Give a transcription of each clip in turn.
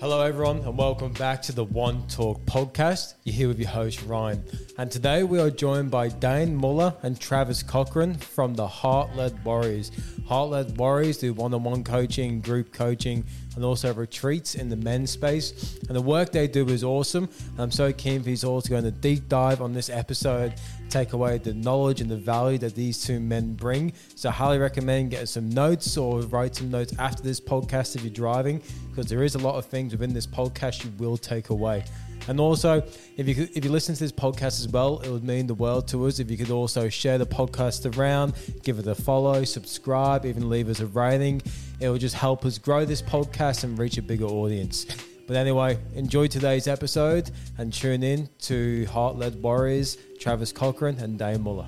Hello, everyone, and welcome back to the One Talk podcast. You're here with your host, Ryan. And today we are joined by Dane Muller and Travis Cochran from the Heartled Warriors. Heartled Warriors do one on one coaching, group coaching, and also retreats in the men's space. And the work they do is awesome. And I'm so keen for you all to go on a deep dive on this episode, take away the knowledge and the value that these two men bring. So I highly recommend getting some notes or write some notes after this podcast if you're driving, because there is a lot of things within this podcast you will take away. And also, if you could, if you listen to this podcast as well, it would mean the world to us if you could also share the podcast around, give it a follow, subscribe, even leave us a rating. It will just help us grow this podcast and reach a bigger audience. But anyway, enjoy today's episode and tune in to Heart Led Warriors, Travis Cochran, and Dane Muller.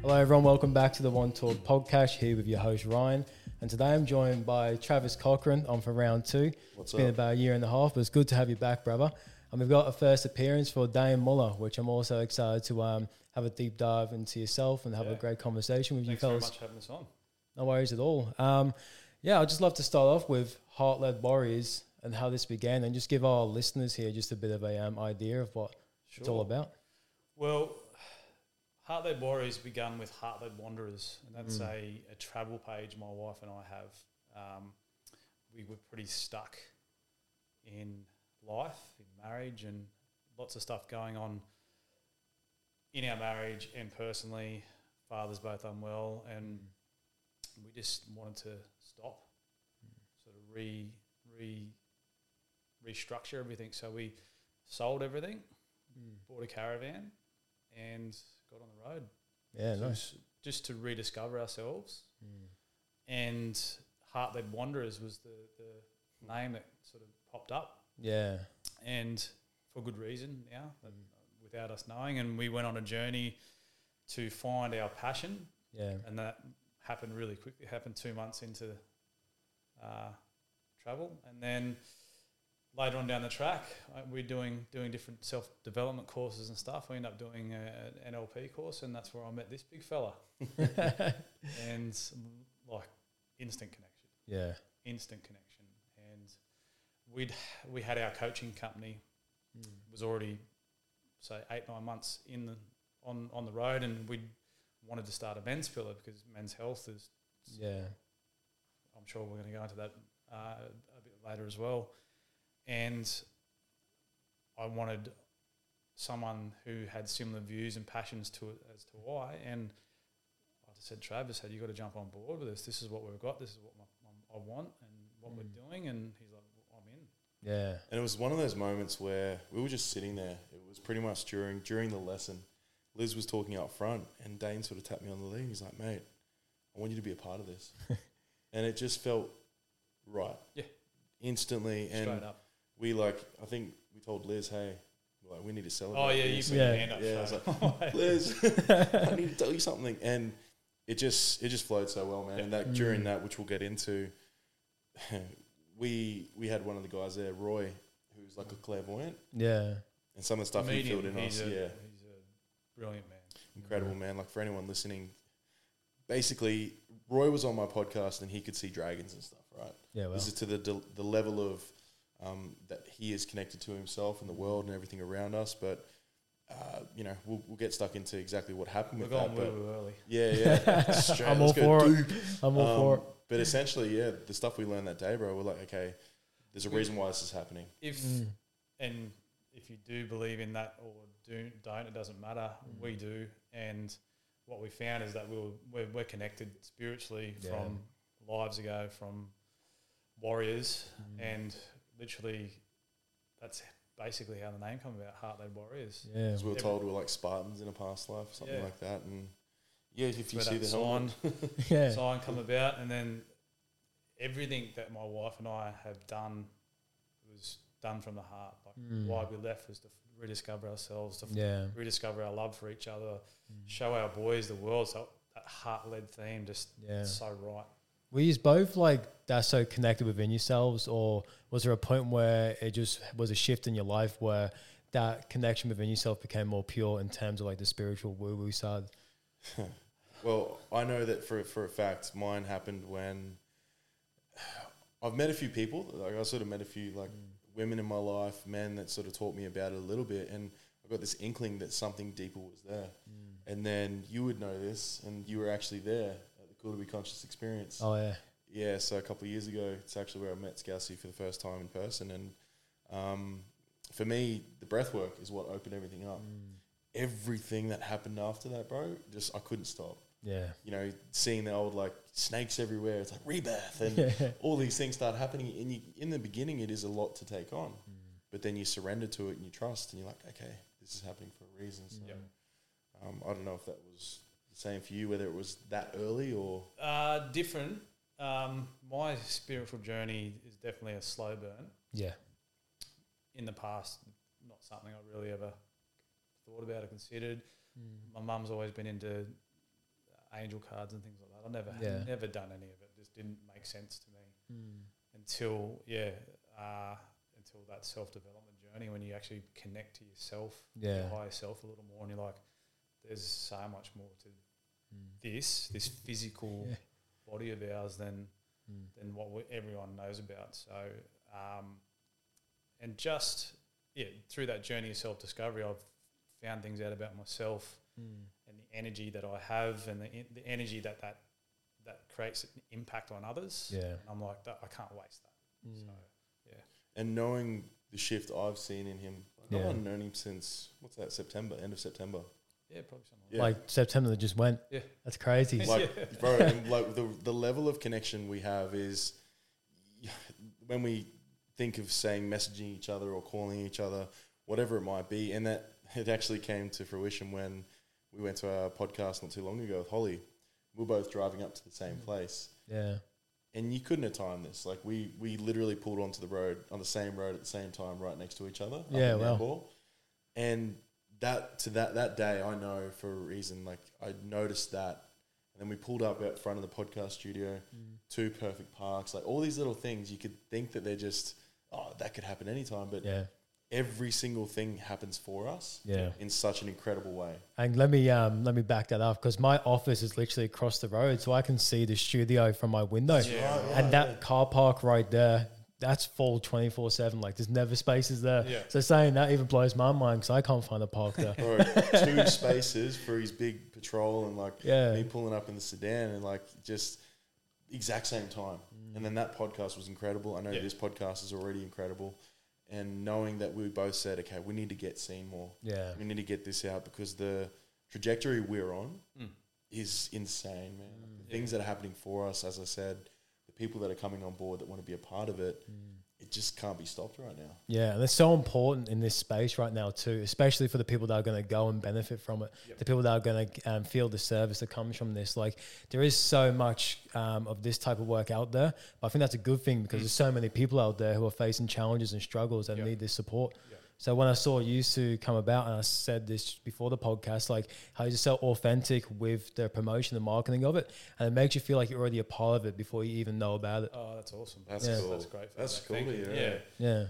Hello, everyone. Welcome back to the One Talk podcast. Here with your host Ryan, and today I'm joined by Travis Cochran. I'm for round two. What's it's been up? about a year and a half, but it's good to have you back, brother. And we've got a first appearance for Dane Muller, which I'm also excited to um, have a deep dive into yourself and have a Yeah. great conversation with Thanks you very fellas. much for having us on. No worries at all. Um, yeah, I'd just love to start off with Heart Led Warriors and how this began, and just give our listeners here just a bit of a um, idea of what it's all about. Well, Heartland Warriors began with Heartland Wanderers, and that's Mm. a, a travel page my wife and I have. Um, we were pretty stuck in life, in marriage, and lots of stuff going on in our marriage and personally. Father's both unwell, and Mm. we just wanted to stop, Mm. sort of re, re restructure everything. So we sold everything. bought a caravan and got on the road. Yeah, So nice. s- Just to rediscover ourselves. And Heart Led Wanderers was the, the name that sort of popped up Yeah, and for good reason now, but Mm. without us knowing. And we went on a journey to find our passion yeah, and that happened really quickly. It happened two months into uh, travel, and then later on down the track, uh, we're doing doing different self development courses and stuff. We end up doing a, an NLP course, and that's where I met this big fella, and like instant connection, yeah, instant connection, and we'd we had our coaching company was already say eight nine months in the on on the road, and we wanted to start a men's pillar because men's health is yeah, I'm sure we're going to go into that uh, a bit later as well. And I wanted someone who had similar views and passions to it as to why. And I just said, Travis, had you got to jump on board with this? This is what we've got. This is what my, my, I want and what we're doing. And he's like, "Well, I'm in. yeah, And it was one of those moments where we were just sitting there. It was pretty much during during the lesson. Liz was talking up front, and Dane sort of tapped me on the leg. and He's like, "Mate, I want you to be a part of this," and it just felt right. Yeah. instantly. Straight and up. we like, I think we told Liz, "Hey, like we need to celebrate." Oh yeah, you this." put Yeah. your hand up. Yeah, I was straight away. Liz, I need to tell you something. And it just it just flowed so well, man. And that during that, which we'll get into, we we had one of the guys there, Roy, who's like a clairvoyant, yeah, and some of the stuff he Medium, filled in he's us, a, yeah, he's a brilliant man. incredible, man. Like for anyone listening, basically, Roy was on my podcast and he could see dragons and stuff, right? yeah. Well, This is to the del- the level of um, that he is connected to himself and the world and everything around us, but. Uh, you know, we'll, we'll get stuck into exactly what happened We're with going that. But woo early. yeah, yeah. Straight, I'm all let's for go it. deep. I'm all Um, for it. But essentially, yeah, the stuff we learned that day, bro, we're like, okay, there's a reason why this is happening. if Mm. and if you do believe in that or do don't, it doesn't matter. We do, and what we found is that we were, we're we're connected spiritually Yeah. from lives ago, from warriors, Mm. and literally, that's basically how the name came about. Heartland Warriors. Yeah, Because we were Every- told we're like Spartans in a past life, something Yeah. like that. And yeah, if you Where see that the helmet, yeah, sign come about, and then everything that my wife and I have done was done from the heart. Like Mm. why we left was to rediscover ourselves, to yeah, Mm. rediscover our love for each other, show our boys the world. So that heart led theme just yeah. so right. Were you both like that so connected within yourselves, or was there a point where it just was a shift in your life where that connection within yourself became more pure in terms of like the spiritual woo woo side? well, I know that for, for a fact, mine happened when I've met a few people. Like I sort of met a few like women in my life, men that sort of taught me about it a little bit, and I got this inkling that something deeper was there. And then you would know this, and you were actually there at the Cool to Be Conscious experience. Oh yeah. Yeah, so a couple of years ago, it's actually where I met Scousey for the first time in person. And um, for me, the breath work is what opened everything up. Everything that happened after that, bro, just I couldn't stop. Yeah. You know, seeing the old like snakes everywhere, it's like rebirth, and all these things start happening. And you, in the beginning, it is a lot to take on, Mm. but then you surrender to it and you trust, and you're like, okay, this is happening for a reason. So, Yep. um, I don't know if that was the same for you, whether it was that early or Uh, different. Um, my spiritual journey is definitely a slow burn. Yeah. In the past, not something I really ever thought about or considered. My mum's always been into angel cards and things like that. I never, Yeah. never done any of it. Just didn't make sense to me. until yeah, uh, until that self development journey when you actually connect to yourself, Yeah. your higher self a little more, and you're like, there's so much more to this, this physical Yeah. body of ours than than what we, everyone knows about. So, um, and just yeah, through that journey of self discovery, I've found things out about myself and the energy that I have, and the, en- the energy that that that creates an impact on others. Yeah. Mm. and I'm like, that, I can't waste that. So and knowing the shift I've seen in him, like Yeah. I've only known him since what's that September, end of September. yeah, probably something. Yeah. Like September that just went. Yeah. That's crazy. mm. Like, bro, and like the the level of connection we have is when we think of saying messaging each other or calling each other, whatever it might be, and that it actually came to fruition when we went to our podcast not too long ago with Holly. We were both driving up to the same place. yeah. and you couldn't have timed this. Like we we literally pulled onto the road on the same road at the same time, right next to each other. up Yeah, in wow. Nambour. And that to that that day, I know for a reason. Like I noticed that, and then we pulled up out front of the podcast studio, Mm. two perfect parks, like all these little things. You could think that they're just oh that could happen anytime, but Yeah. every single thing happens for us. Yeah. in such an incredible way. And let me um, let me back that up because my office is literally across the road, so I can see the studio from my window. and that car park right there, that's full twenty four seven. Like there's never spaces there. Yeah. So saying that even blows my mind because I can't find a park there. Bro, two spaces for his big patrol and like Yeah. me pulling up in the sedan and like just exact same time. And then that podcast was incredible. I know Yeah. this podcast is already incredible. And knowing that we both said, okay, we need to get seen more. yeah. We need to get this out because the trajectory we're on Mm. is insane, man. Mm. The things that are happening for us, as I said, the people that are coming on board that want to be a part of it, Mm. it just can't be stopped right now. Yeah, and it's so important in this space right now too, especially for the people that are going to go and benefit from it, the people that are going to um, feel the service that comes from this. Like there is so much um, of this type of work out there, but I think that's a good thing because there's so many people out there who are facing challenges and struggles that Mm. Yeah. need this support. Yeah. So when I saw you Sue come about, and I said this before the podcast, like how you're so authentic with the promotion and marketing of it, and it makes you feel like you're already a part of it before you even know about it. Oh, that's awesome. That's Yeah. cool. That's great. feedback. That's cool Thank to you. hear, Yeah. yeah. Yeah,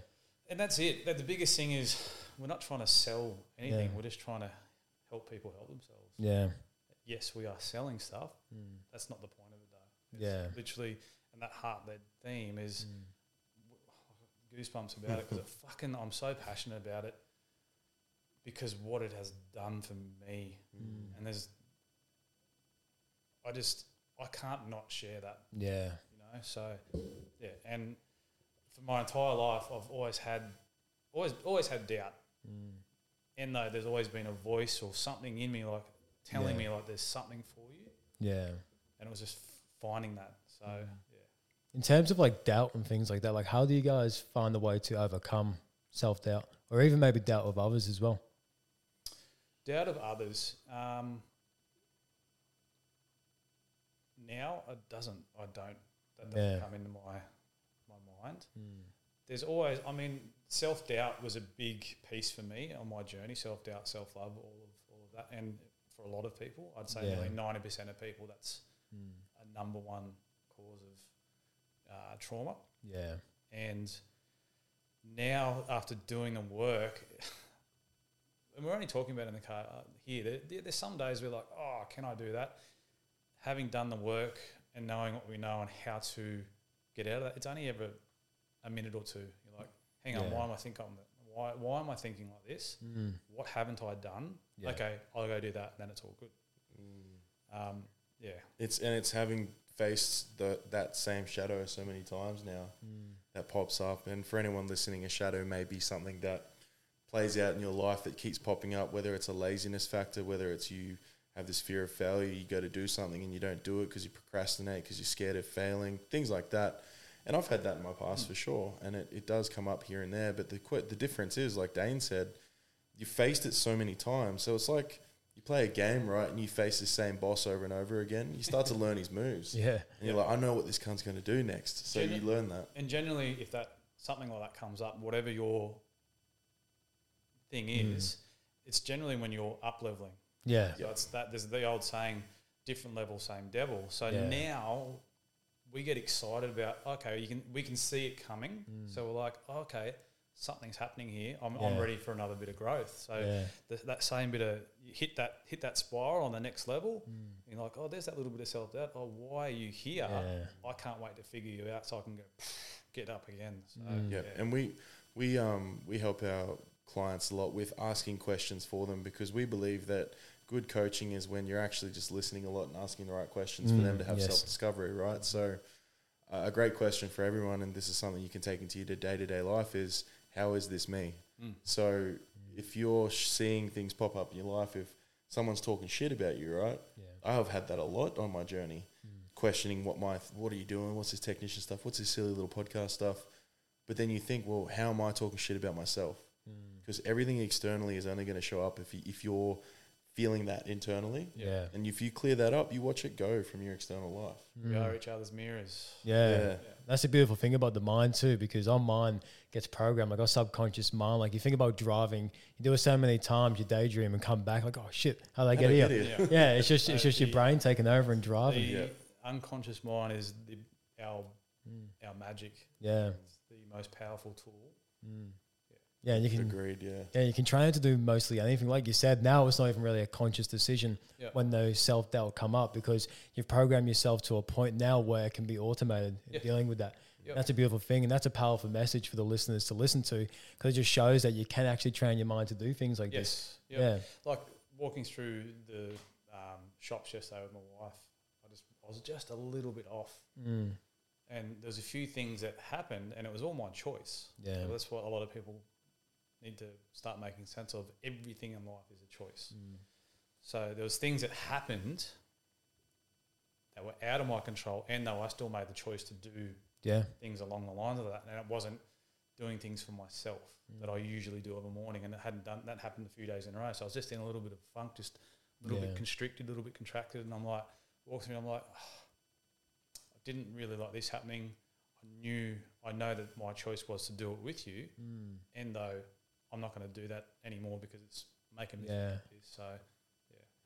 And that's it. That the biggest thing is we're not trying to sell anything. Yeah. We're just trying to help people help themselves. yeah, Yes, we are selling stuff. That's not the point of it though. Yeah. Literally, and that heart led theme is Mm. goosebumps about it because fucking I'm so passionate about it because what it has done for me. Mm. And there's, I just I can't not share that yeah, you know. So yeah, and for my entire life, I've always had, always always had doubt. And though there's always been a voice or something in me like telling Yeah. me like there's something for you, yeah. and it was just finding that. So yeah, In terms of like doubt and things like that, like how do you guys find a way to overcome self doubt or even maybe doubt of others as well? doubt of others. Um, now it doesn't. I don't. That doesn't Yeah. come into my my mind. there's always i mean self-doubt was a big piece for me on my journey self-doubt self-love all of, all of that and for a lot of people i'd say Yeah. nearly 90% of people that's a number one cause of uh, trauma Yeah, and now after doing the work and we're only talking about in the car uh, here there, there- there's some days we're like oh can i do that having done the work and knowing what we know and how to get out of that. It's only ever a minute or two. You're like, hang on, Yeah. why am I think I'm why why am I thinking like this? Mm. What haven't I done? Yeah. Okay, I'll go do that, and then it's all good. Mm. Um, yeah, It's and it's having faced the, that same shadow so many times now Mm. that pops up. And for anyone listening, a shadow may be something that plays out in your life that keeps popping up. Whether it's a laziness factor, whether it's you have this fear of failure, you go to do something and you don't do it because you procrastinate because you're scared of failing, things like that. And I've had that in my past for sure, and it, it does come up here and there. But the qu- the difference is, like Dane said, you faced it so many times. So it's like you play a game, right? And you face the same boss over and over again. You start to learn his moves. Yeah. And you're like, I know what this cunt's going to do next. So Genu- you learn that. and generally, if that something like that comes up, whatever your thing Mm. is, it's generally when you're up leveling. Yeah. So it's that there's the old saying, different level, same devil. So Yeah. now we get excited about okay, you can we can see it coming. So we're like, oh, okay, something's happening here. I'm, I'm Hmm. Yeah. ready for another bit of growth. So Yeah. th- that same bit of you hit that hit that spiral on the next level. You're like, oh, there's that little bit of self doubt. Oh, why are you here? Yeah. I can't wait to figure you out so I can go get up again. So, Mm. Yeah. And we we um we help our clients a lot with asking questions for them because we believe that good coaching is when you're actually just listening a lot and asking the right questions for them Mm, to have yes. self discovery, right? So uh, a great question for everyone, and this is something you can take into your day to day life is how is this me? So if you're sh- seeing things pop up in your life, if someone's talking shit about you, right? Yeah. I have had that a lot on my journey, questioning what my what are you doing? What's this technician stuff? What's this silly little podcast stuff? But then you think, well, how am I talking shit about myself? Because everything externally is only going to show up if you, if you're feeling that internally, Yeah. and if you clear that up, you watch it go from your external life. Mm. we are each other's mirrors. Yeah. Yeah. That's the beautiful thing about the mind too, because our mind gets programmed, like our subconscious mind. Like you think about driving, you do it so many times, you daydream and come back like, oh shit, how did I How'd get I here? get here? Yeah. Yeah, it's just it's So just your the- brain taking over and driving. The Yeah. unconscious mind is the, our our magic. Mm. yeah, It's the most powerful tool. yeah, and you can Agreed. Yeah. yeah you can train it to do mostly anything. Like you said, now it's not even really a conscious decision Yeah. when those self doubt come up because you've programmed yourself to a point now where it can be automated in Yeah. dealing with that. Yeah. That's a beautiful thing, and that's a powerful message for the listeners to listen to because it just shows that you can actually train your mind to do things like this. Yes. Yeah. Yeah. Like walking through the um, shops yesterday with my wife, I just I was just a little bit off, Mm. and there's a few things that happened, and it was all my choice. Yeah. So that's what a lot of people need to start making sense of. Everything in life is a choice. Mm. So there was things that happened that were out of my control, and though I still made the choice to do Yeah. things along the lines of that, and it wasn't doing things for myself Mm. that I usually do of a morning, and it hadn't done that happened a few days in a row. So I was just in a little bit of funk, just a little Yeah. bit constricted, a little bit contracted, and I'm like walking through, I'm like, "Ah, I didn't really like this happening. I knew, I know that my choice was to do it with you, Mm. and though I'm not going to do that anymore because it's making me Yeah. like this. So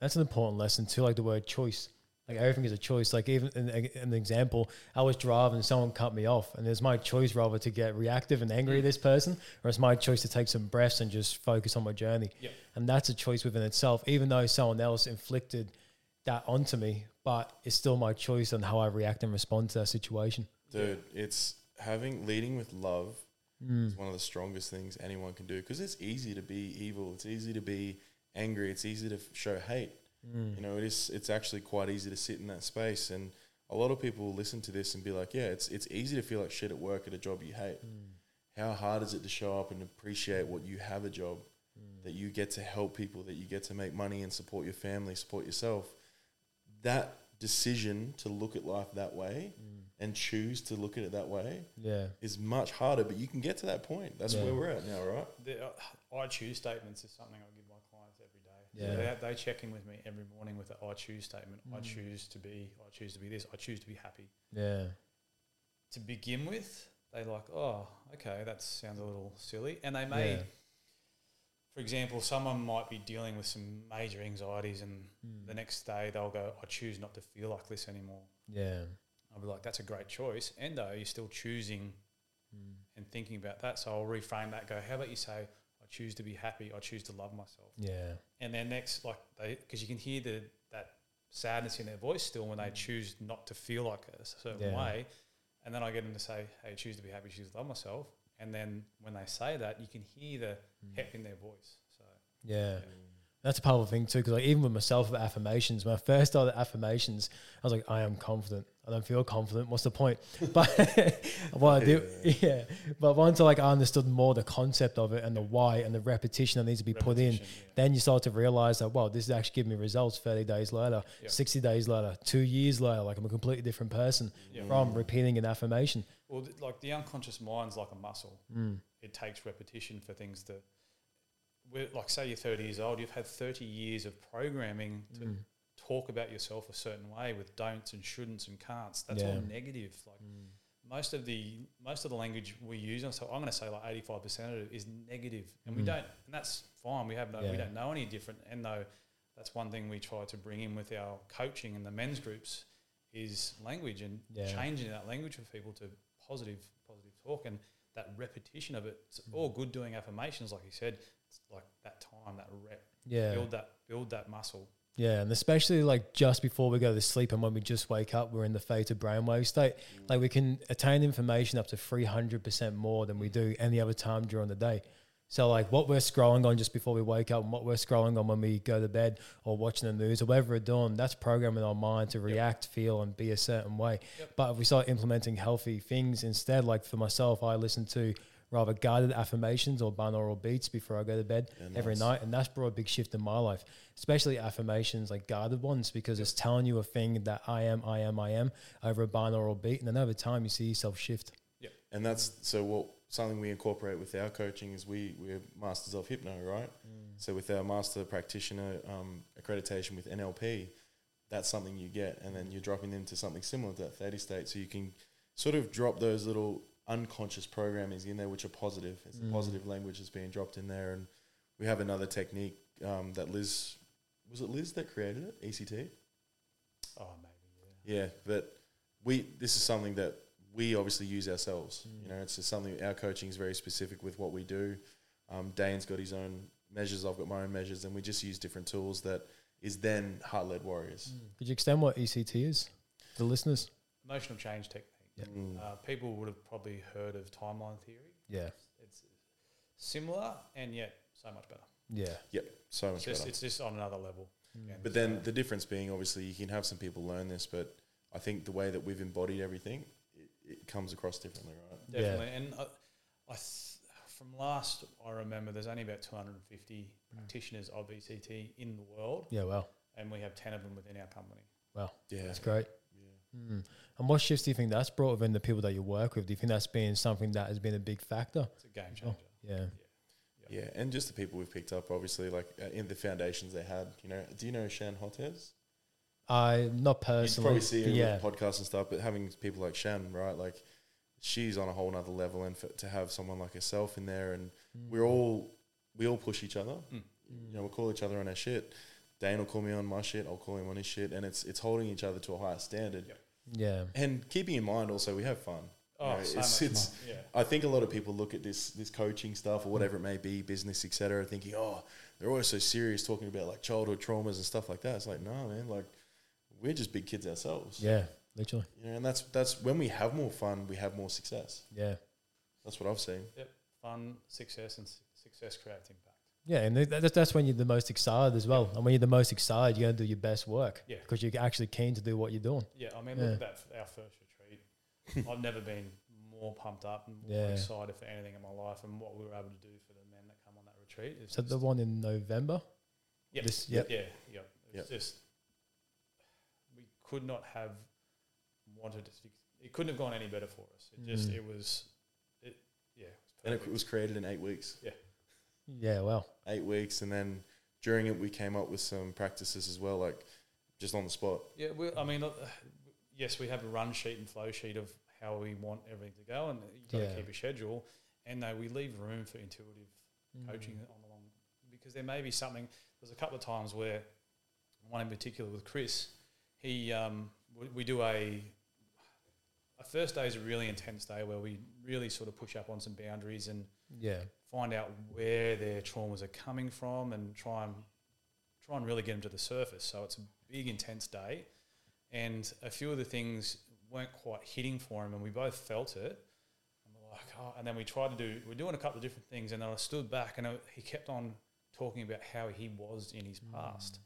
That's an important lesson too, like the word choice. Like everything is a choice. Like even in, in an example, I was driving and someone cut me off, and it's my choice rather to get reactive and angry at this person, or it's my choice to take some breaths and just focus on my journey. Yep. And that's a choice within itself, even though someone else inflicted that onto me, but it's still my choice on how I react and respond to that situation. Dude, it's having leading with love is one of the strongest things anyone can do because it's easy to be evil. It's easy to be angry. It's easy to f- show hate. You know, it is. It's actually quite easy to sit in that space, and a lot of people will listen to this and be like, "Yeah, it's it's easy to feel like shit at work at a job you hate." Hmm. How hard is it to show up and appreciate what you have a job that you get to help people, that you get to make money and support your family, support yourself? That decision to look at life that way and choose to look at it that way Yeah. is much harder, but you can get to that point. That's Yeah. where we're at now, right? the uh, I choose statements is something I give my clients every day. Yeah. Mm. So they, they check in with me every morning with the I choose statement. I choose to be, I choose to be this, I choose to be happy. Yeah. To begin with, they like, oh, okay, that sounds a little silly. And they may, Yeah. for example, someone might be dealing with some major anxieties and Mm. the next day they'll go, I choose not to feel like this anymore. Yeah. I'll be like, that's a great choice. And though you're still choosing Hmm. and thinking about that. So I'll reframe that, go, how about you say, I choose to be happy, I choose to love myself. Yeah. and their next like they because you can hear the that sadness in their voice still when they choose not to feel like a certain Mm. Yeah. way And then I get them to say, hey, choose to be happy, choose to love myself. And then when they say that, you can hear the Mm. heck in their voice. So Yeah. That's a powerful thing too, because like even with myself with affirmations, when I first started affirmations, I was like, I am confident. I don't feel confident. What's the point? But what I do, yeah. But once I like I understood more the concept of it and the why and the repetition that needs to be put in, repetition, yeah. then you start to realize that wow, this is actually giving me results. Thirty days later, Yeah. sixty days later, two years later, like I'm a completely different person Yeah. from repeating an affirmation. Mm. Well, th- like the unconscious mind's like a muscle. It takes repetition for things to, we're, like, say you're 30 years old, you've had 30 years of programming to Mm. talk about yourself a certain way with don'ts and shouldn'ts and can'ts. That's all Yeah. Mm. negative. Like most of the most of the language we use, and so I'm going to say like 85 percent of it is negative, and we don't, and that's fine. We have no, Mm. Yeah. we don't know any different, and though. That's one thing we try to bring in with our coaching and the men's groups is language and Yeah. changing that language for people to positive, positive talk and that repetition of it. It's all good doing affirmations, like you said. It's like that time, that rep, Yeah, build that, build that muscle. Yeah, and especially like just before we go to sleep and when we just wake up, we're in the theta brainwave state. Like we can attain information up to 300% more than we do any other time during the day. So, like what we're scrolling on just before we wake up and what we're scrolling on when we go to bed or watching the news or whatever we're doing, that's programming our mind to react, feel, and be a certain way. But if we start implementing healthy things instead, like for myself, I listen to rather guided affirmations or binaural beats before I go to bed every night. And that's brought a big shift in my life, especially affirmations like guided ones, because it's telling you a thing that I am, I am, I am over a binaural beat. And then over time, you see yourself shift. And that's so what something we incorporate with our coaching is we we're masters of hypno, right? So with our master practitioner um, accreditation with NLP, that's something you get, and then you're dropping them to something similar to that thirty state, so you can sort of drop those little unconscious programmings in there, which are positive. It's a positive language that's being dropped in there, and we have another technique um, that Liz was it Liz that created it E ECT. Oh, maybe. Yeah, but we this is something that we obviously use ourselves. You know, it's just something our coaching is very specific with what we do. Um, Dane's got his own measures. I've got my own measures, and we just use different tools that is then heart led warriors. Could you extend what ECT is to the listeners? Yeah. Emotional change technique. Mm. Uh, people would have probably heard of timeline theory. Yeah. It's similar and yet so much better. Yeah. Yep, so much It's just, better. Mm. it's just on another level. And But then the difference being, obviously, you can have some people learn this, but I think the way that we've embodied everything, it, it comes across differently, right? Yeah. definitely. And I, I th- from last I remember, there's only about 250 Hmm. practitioners of ECT in the world, Yeah. Well, and we have 10 of them within our company. well, Yeah, that's great. Mm. And what shifts do you think that's brought within the people that you work with? Do you think that's been something that has been a big factor? It's a game Oh. changer. Yeah. Yeah, and just the people we've picked up, obviously, like uh, in the foundations they had. You know, do you know Shan Hotez? I not You'd personally. probably see but her yeah. with podcasts and stuff, but having people like Shan, right? Like she's on a whole nother level, and for, to have someone like herself in there, and Mm. we're all we all push each other. You know, we will call each other on our shit. Dane will call me on my shit. I'll call him on his shit, and it's it's holding each other to a higher standard. Yep. Yeah. And keeping in mind also, we have fun. You Oh, know, so it's, much it's, fun. Yeah. I think a lot of people look at this this coaching stuff or whatever it may be, business, etc., thinking, oh, they're always so serious talking about like childhood traumas and stuff like that. It's like, no, man, like we're just big kids ourselves. Yeah. Literally. You know, and that's that's when we have more fun, we have more success. Yeah. That's what I've seen. Yep. Fun, success, and s- success creates impact. Yeah, and th- that's, that's when you're the most excited as well. And when you're the most excited, you're going to do your best work Yeah. because you're actually keen to do what you're doing. Yeah, I mean, look at that, our first retreat. I've never been more pumped up and more Yeah. excited for anything in my life and what we were able to do for the men that come on that retreat. It's So just- the one in November, Yep. This- yep. Yeah. Yep. It's Yep. just we could not have wanted it. to- It couldn't have gone any better for us. It just Mm. it was, it yeah. And It was it was created in eight weeks. yeah, well, Eight weeks, and then during it, we came up with some practices as well, like just on the spot. Yeah, we, I mean, uh, yes, we have a run sheet and flow sheet of how we want everything to go, and you got to Yeah. keep a schedule. And though we leave room for intuitive Mm. coaching on the long, because there may be something. There's a couple of times where one in particular with Chris, he um, we, we do a. A first day is a really intense day where we really sort of push up on some boundaries and Mm, yeah, find out where their traumas are coming from and try and try and really get them to the surface. So it's a big, intense day, and a few of the things weren't quite hitting for him, and we both felt it. And we're like, oh, and then we tried to do. We're doing a couple of different things, and then I stood back, and I, he kept on talking about how he was in his past,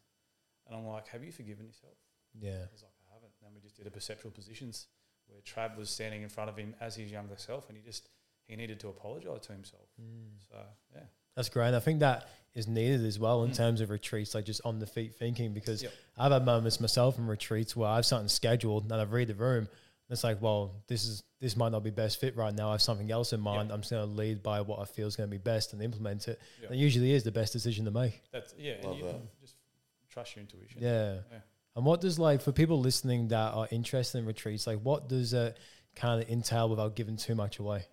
and I'm like, have you forgiven yourself? Yeah. I was like, I haven't. And then we just did a perceptual positions where Trav was standing in front of him as his younger self, and he just he needed to apologize to himself. So yeah, Mm, That's great. I think that is needed as well in Mm. terms of retreats, like just on the feet thinking, because Yep. I've had moments myself in retreats where I've something scheduled and I've read the room. And it's like, well, this is this might not be best fit right now. I have something else in mind. I'm just going to lead by what I feel is going to be best and implement it. Yep. That usually is the best decision to make. that's yeah. Love and you that. just trust your intuition. Yeah. Yeah. And what does like for people listening that are interested in retreats, like what does it kind of entail without giving too much away?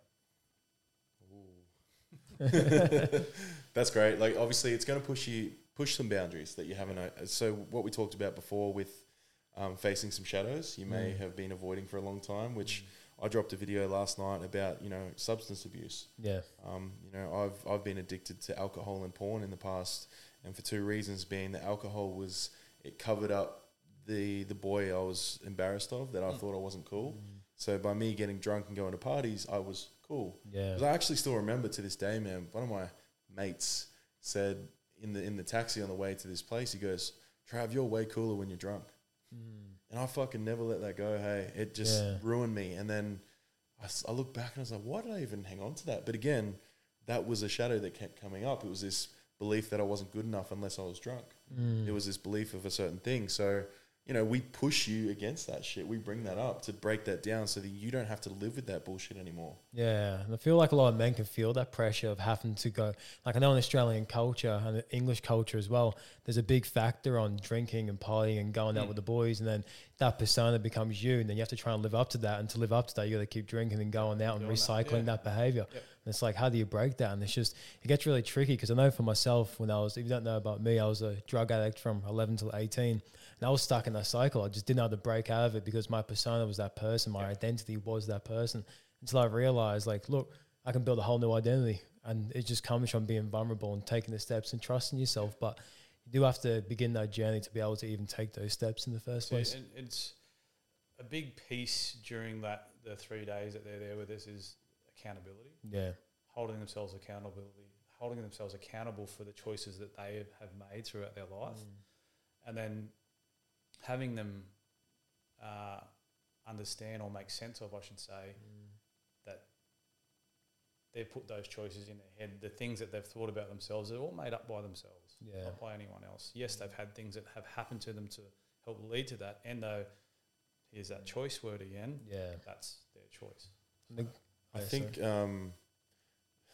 That's great. Like obviously, it's going to push you push some boundaries that you haven't. uh, So what we talked about before with um, facing some shadows you may have been avoiding for a long time, which I dropped a video last night about you know substance abuse. Yeah. Um, you know, I've I've been addicted to alcohol and porn in the past, and for two reasons: being that alcohol was it covered up the the boy I was embarrassed of that I thought I wasn't cool. So by me getting drunk and going to parties, I was cool. Yeah. 'Cause I actually still remember to this day, man. One of my mates said in the in the taxi on the way to this place, he goes, "Trav, you're way cooler when you're drunk." And I fucking never let that go. Hey, it just Yeah. ruined me. And then I, s- I look back and I was like, why did I even hang on to that? But again, that was a shadow that kept coming up. It was this belief that I wasn't good enough unless I was drunk. It was this belief of a certain thing. So, you know, we push you against that shit. We bring that up to break that down so that you don't have to live with that bullshit anymore. Yeah, and I feel like a lot of men can feel that pressure of having to go. Like I know in Australian culture and English culture as well, there's a big factor on drinking and partying and going out Mm. with the boys, and then that persona becomes you, and then you have to try and live up to that. And to live up to that, you got to keep drinking and going out and Doing that, recycling yeah. that behavior. And it's like, how do you break that? And it's just it gets really tricky because I know for myself when I was, if you don't know about me, I was a drug addict from 11 till 18, and I was stuck in that cycle. I just didn't know how to break out of it because my persona was that person, my identity was that person until I realized, like, look, I can build a whole new identity. And it just comes from being vulnerable and taking the steps and trusting yourself. But you do have to begin that journey to be able to even take those steps in the first So place. and it's a big piece during that the three days that they're there with us is accountability, Yeah. holding themselves accountability, holding themselves accountable for the choices that they have made throughout their life, Mm. and then having them uh, understand or make sense of, I should say, Mm. that they've put those choices in their head, the things that they've thought about themselves, they're all made up by themselves, Yeah. not by anyone else. Yes, they've had things that have happened to them to help lead to that. And though, here's that choice word again, Yeah. that's their choice. And the- I Yeah, think um,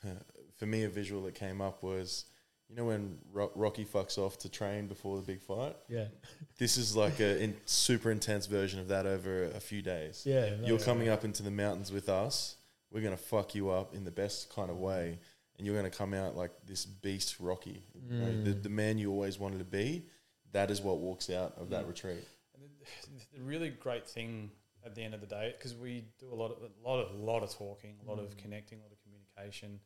for me, a visual that came up was, you know, when Ro- Rocky fucks off to train before the big fight. Yeah. This is like a in, super intense version of that over a few days. Yeah. no, You're coming up into the mountains with us. We're gonna fuck you up in the best kind of way, and you're gonna come out like this beast, Rocky, you know, Mm. the, the man you always wanted to be. That is what walks out of Mm. that retreat. And the, the really great thing at the end of the day, because we do a lot of a lot of lot of talking, a lot Mm. of connecting, a lot of communication,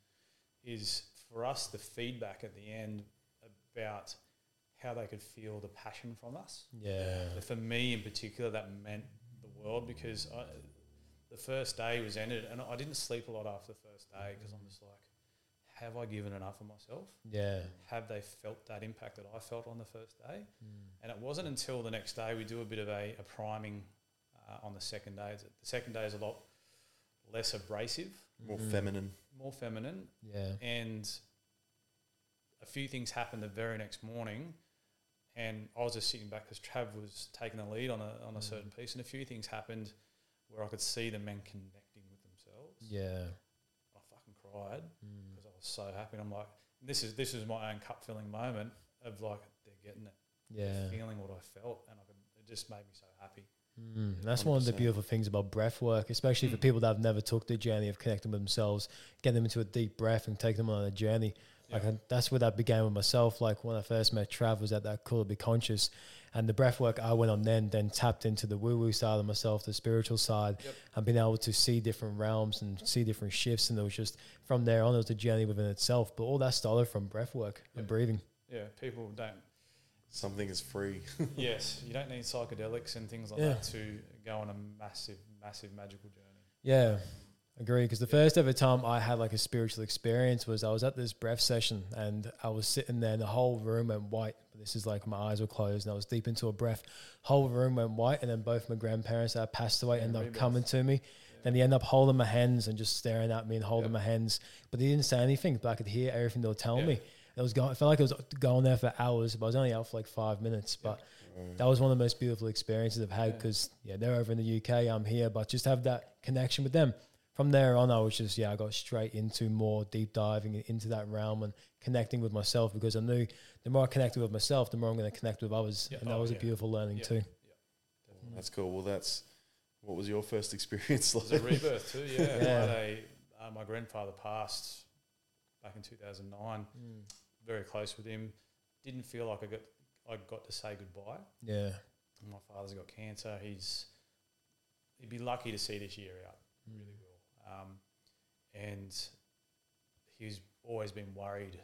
is for us the feedback at the end about how they could feel the passion from us. Yeah. But for me in particular, that meant the world because I, the first day was ended, and I didn't sleep a lot after the first day because I'm just like, have I given enough of myself? Yeah. have they felt that impact that I felt on the first day? And it wasn't until the next day we do a bit of a, a priming uh, on the second day. The second day is a lot less abrasive, More Mm. feminine. more feminine, Mm-hmm. Yeah. and a few things happened the very next morning. And I was just sitting back because Trav was taking the lead on a, on Mm. a certain piece, and a few things happened where I could see the men connecting with themselves. Yeah. Mm. I fucking cried because I was so happy. And I'm like, this is this is my own cup filling moment of like they're getting it, Yeah. feeling what I felt, and I could, it just made me so happy. Mm, and that's one of the 100%. beautiful things about breath work, especially Mm. for people that have never took the journey of connecting with themselves, getting them into a deep breath and take them on a journey. Like I, that's where that began with myself. Like when I first met Trav, was at that cool to be conscious, and the breath work I went on then, then tapped into the woo woo side of myself, the spiritual side, and being able to see different realms and see different shifts. And it was just from there on, it was a journey within itself. But all that started from breath work and breathing. Yeah, people don't. something is free. Mm. yes, you don't need psychedelics and things like Yeah. that to go on a massive, massive magical journey. Yeah, agree. Because the first ever time I had like a spiritual experience was I was at this breath session and I was sitting there and the whole room went white. This is like my eyes were closed and I was deep into a breath. Whole room went white and then both my grandparents that passed away Yeah, end up rebirth. coming to me. Then they end up holding my hands and just staring at me and holding Yeah. my hands. But they didn't say anything, but I could hear everything they were telling Yeah. me. It was going, it felt like it was going there for hours, but I was only out for like five minutes. But that was one of the most beautiful experiences I've had Yeah. because yeah. they're over in the UK, I'm here, but just have that connection with them. From there on, I was just yeah, I got straight into more deep diving into that realm and connecting with myself because I knew the more I connected with myself, the more I'm going to connect with others, Yeah. and that Oh, was a yeah. beautiful learning Yeah. too. That's cool. Well, that's what was your first experience It was a like? rebirth too, yeah. Yeah. Like they, uh, my grandfather passed back in 2009. Very close with him. Didn't feel like I got I got to say goodbye. Yeah, My father's got cancer. He's he'd be lucky to see this year out. Mm. Really will. Um, and he's always been worried.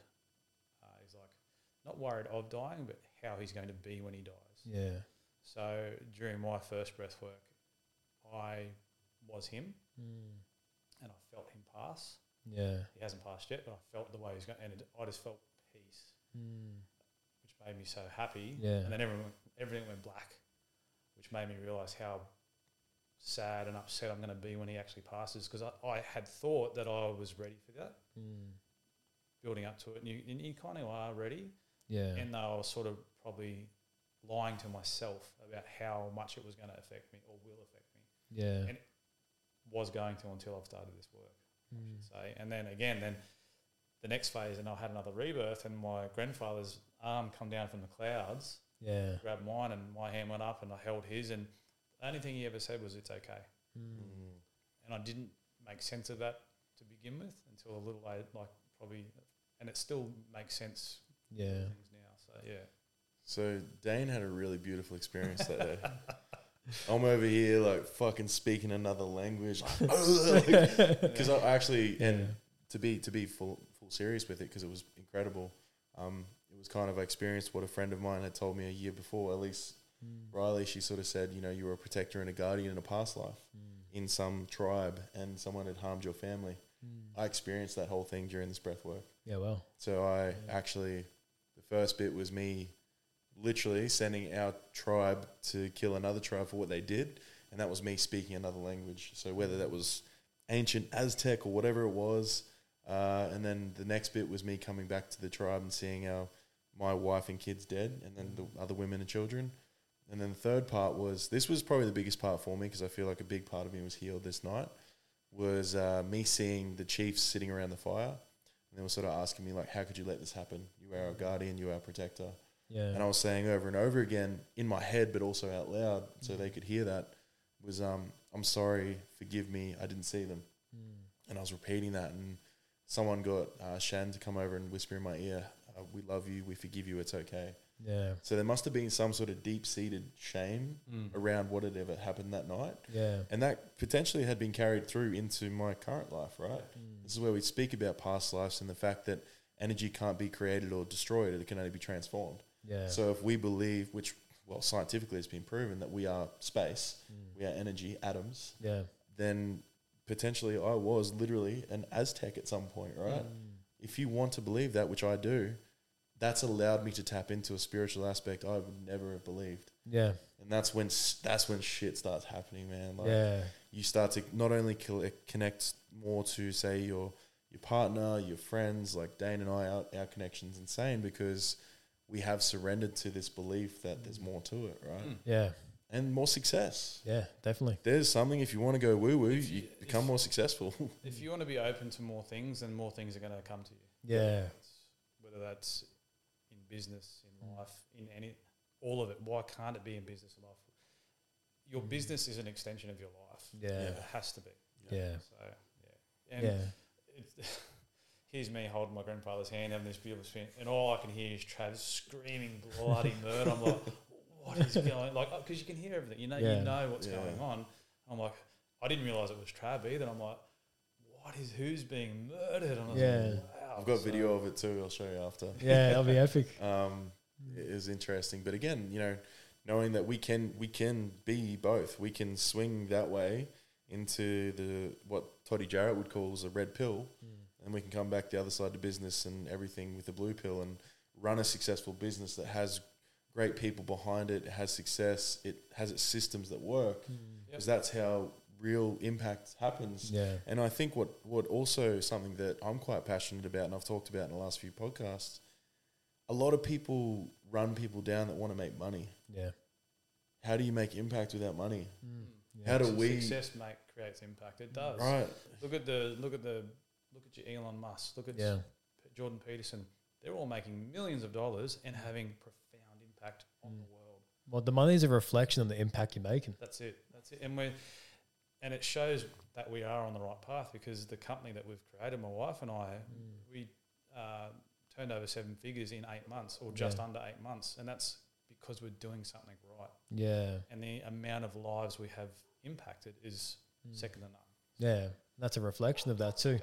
Uh, he's like not worried of dying, but how he's going to be when he dies. yeah, So during my first breath work, I was him Mm. and I felt him pass. yeah, He hasn't passed yet, but I felt the way he's going, and it, I just felt peace, Mm. which made me so happy. Yeah. And then everyone, went- everything went black, which made me realize how sad and upset I'm going to be when he actually passes, because I, I had thought that I was ready for that, Mm. building up to it, and you, and you kind of are ready. yeah, And though I was sort of probably lying to myself about how much it was going to affect me or will affect me, yeah, and was going to until I've started this work. I Mm. should say. And then again, then the next phase, and I had another rebirth, and my grandfather's arm come down from the clouds, yeah. grabbed mine, and my hand went up, and I held his, and the only thing he ever said was, "It's okay," Mm. Mm. and I didn't make sense of that to begin with until a little later, like probably, and it still makes sense. Yeah, Things now, so yeah, So Dane had a really beautiful experience that day. I'm over here like fucking speaking another language because I I actually and to be to be full full serious with it because it was incredible. Um, it was kind of I experienced what a friend of mine had told me a year before. Elise Mm, Riley, she sort of said, you know, you were a protector and a guardian in a past life mm, in some tribe, and someone had harmed your family. I experienced that whole thing during this breath work. mm. yeah. Well, So I actually, the first bit was me literally sending our tribe to kill another tribe for what they did. And that was me speaking another language. So whether that was ancient Aztec or whatever it was. Uh, and then the next bit was me coming back to the tribe and seeing our, my wife and kids dead, and then the other women and children. And then the third part was this was probably the biggest part for me because I feel like a big part of me was healed this night. Was uh, me seeing the chiefs sitting around the fire and they were sort of asking me like, "How could you let this happen? You are our guardian, you are our protector." yeah, And I was saying over and over again in my head, but also out loud, so they could hear that, was um, "I'm sorry, forgive me, I didn't see them." Mm, And I was repeating that, and someone got uh, Shan to come over and whisper in my ear, uh, "We love you, we forgive you, it's okay." yeah, So there must have been some sort of deep-seated shame around what had ever happened that night. yeah, And that potentially had been carried through into my current life, right? This is where we speak about past lives and the fact that energy can't be created or destroyed, it can only be transformed. yeah, So if we believe, which, well, scientifically it's been proven that we are space, we are energy, atoms, yeah, then potentially I was literally an Aztec at some point, right? Mm. If you want to believe that, which I do, that's allowed me to tap into a spiritual aspect I would never have believed. yeah, And that's when s- that's when shit starts happening, man. Like, yeah, you start to not only collect, connect more to say your your partner, your friends, like Dane and I, our, our connection's insane because we have surrendered to this belief that there's more to it, Hmm. right? yeah, And more success. yeah, definitely. There's something if you want to go woo woo, If you you- become if- more successful. if you want to be open to more things, then more things are going to come to you. Yeah, whether that's in business, in life, in any, all of it. Why can't it be in business and life? Your business is an extension of your life. Mm. Yeah. it has to be. Yeah. So yeah, and yeah, It's, here's me holding my grandfather's hand, having this beautiful spin, and all I can hear is Travis screaming bloody murder. I'm like, what is going? Like, because you can hear everything. You know, Yeah. you know what's Yeah. going on. I'm like, I didn't realize it was Trav either. I'm like. What is who's being murdered? And I was Yeah. like, wow. I've got So- video of it too. I'll show you after. yeah, that'll be epic. Um, it is interesting. But again, you know, knowing that we can we can be both, we can swing that way into the what Toddy Jarrett would call as a red pill, and we can come back the other side to business and everything with the blue pill and run a successful business that has great people behind it, it has success, it has its systems that work, Mm. because that's how real impact happens. Yeah. And I think what what also something that I'm quite passionate about, and I've talked about in the last few podcasts, a lot of people run people down that want to make money. Yeah. How do you make impact without money? Mm. Yeah. How do we Success mate creates impact. It does. right? Look at the look at the look at your Elon Musk. Look at Yeah. Jordan Peterson. They're all making millions of dollars and having profound impact on Mm. the world. Well, the money's a reflection on the impact you're making. That's it. That's it. And we and it shows that we are on the right path because the company that we've created, my wife and I, Mm. we uh, turned over seven figures in eight months or just Yeah. under eight months, and that's because we're doing something right. Yeah. And the amount of lives we have impacted is Mm. second to none. Yeah, that's a reflection of that too.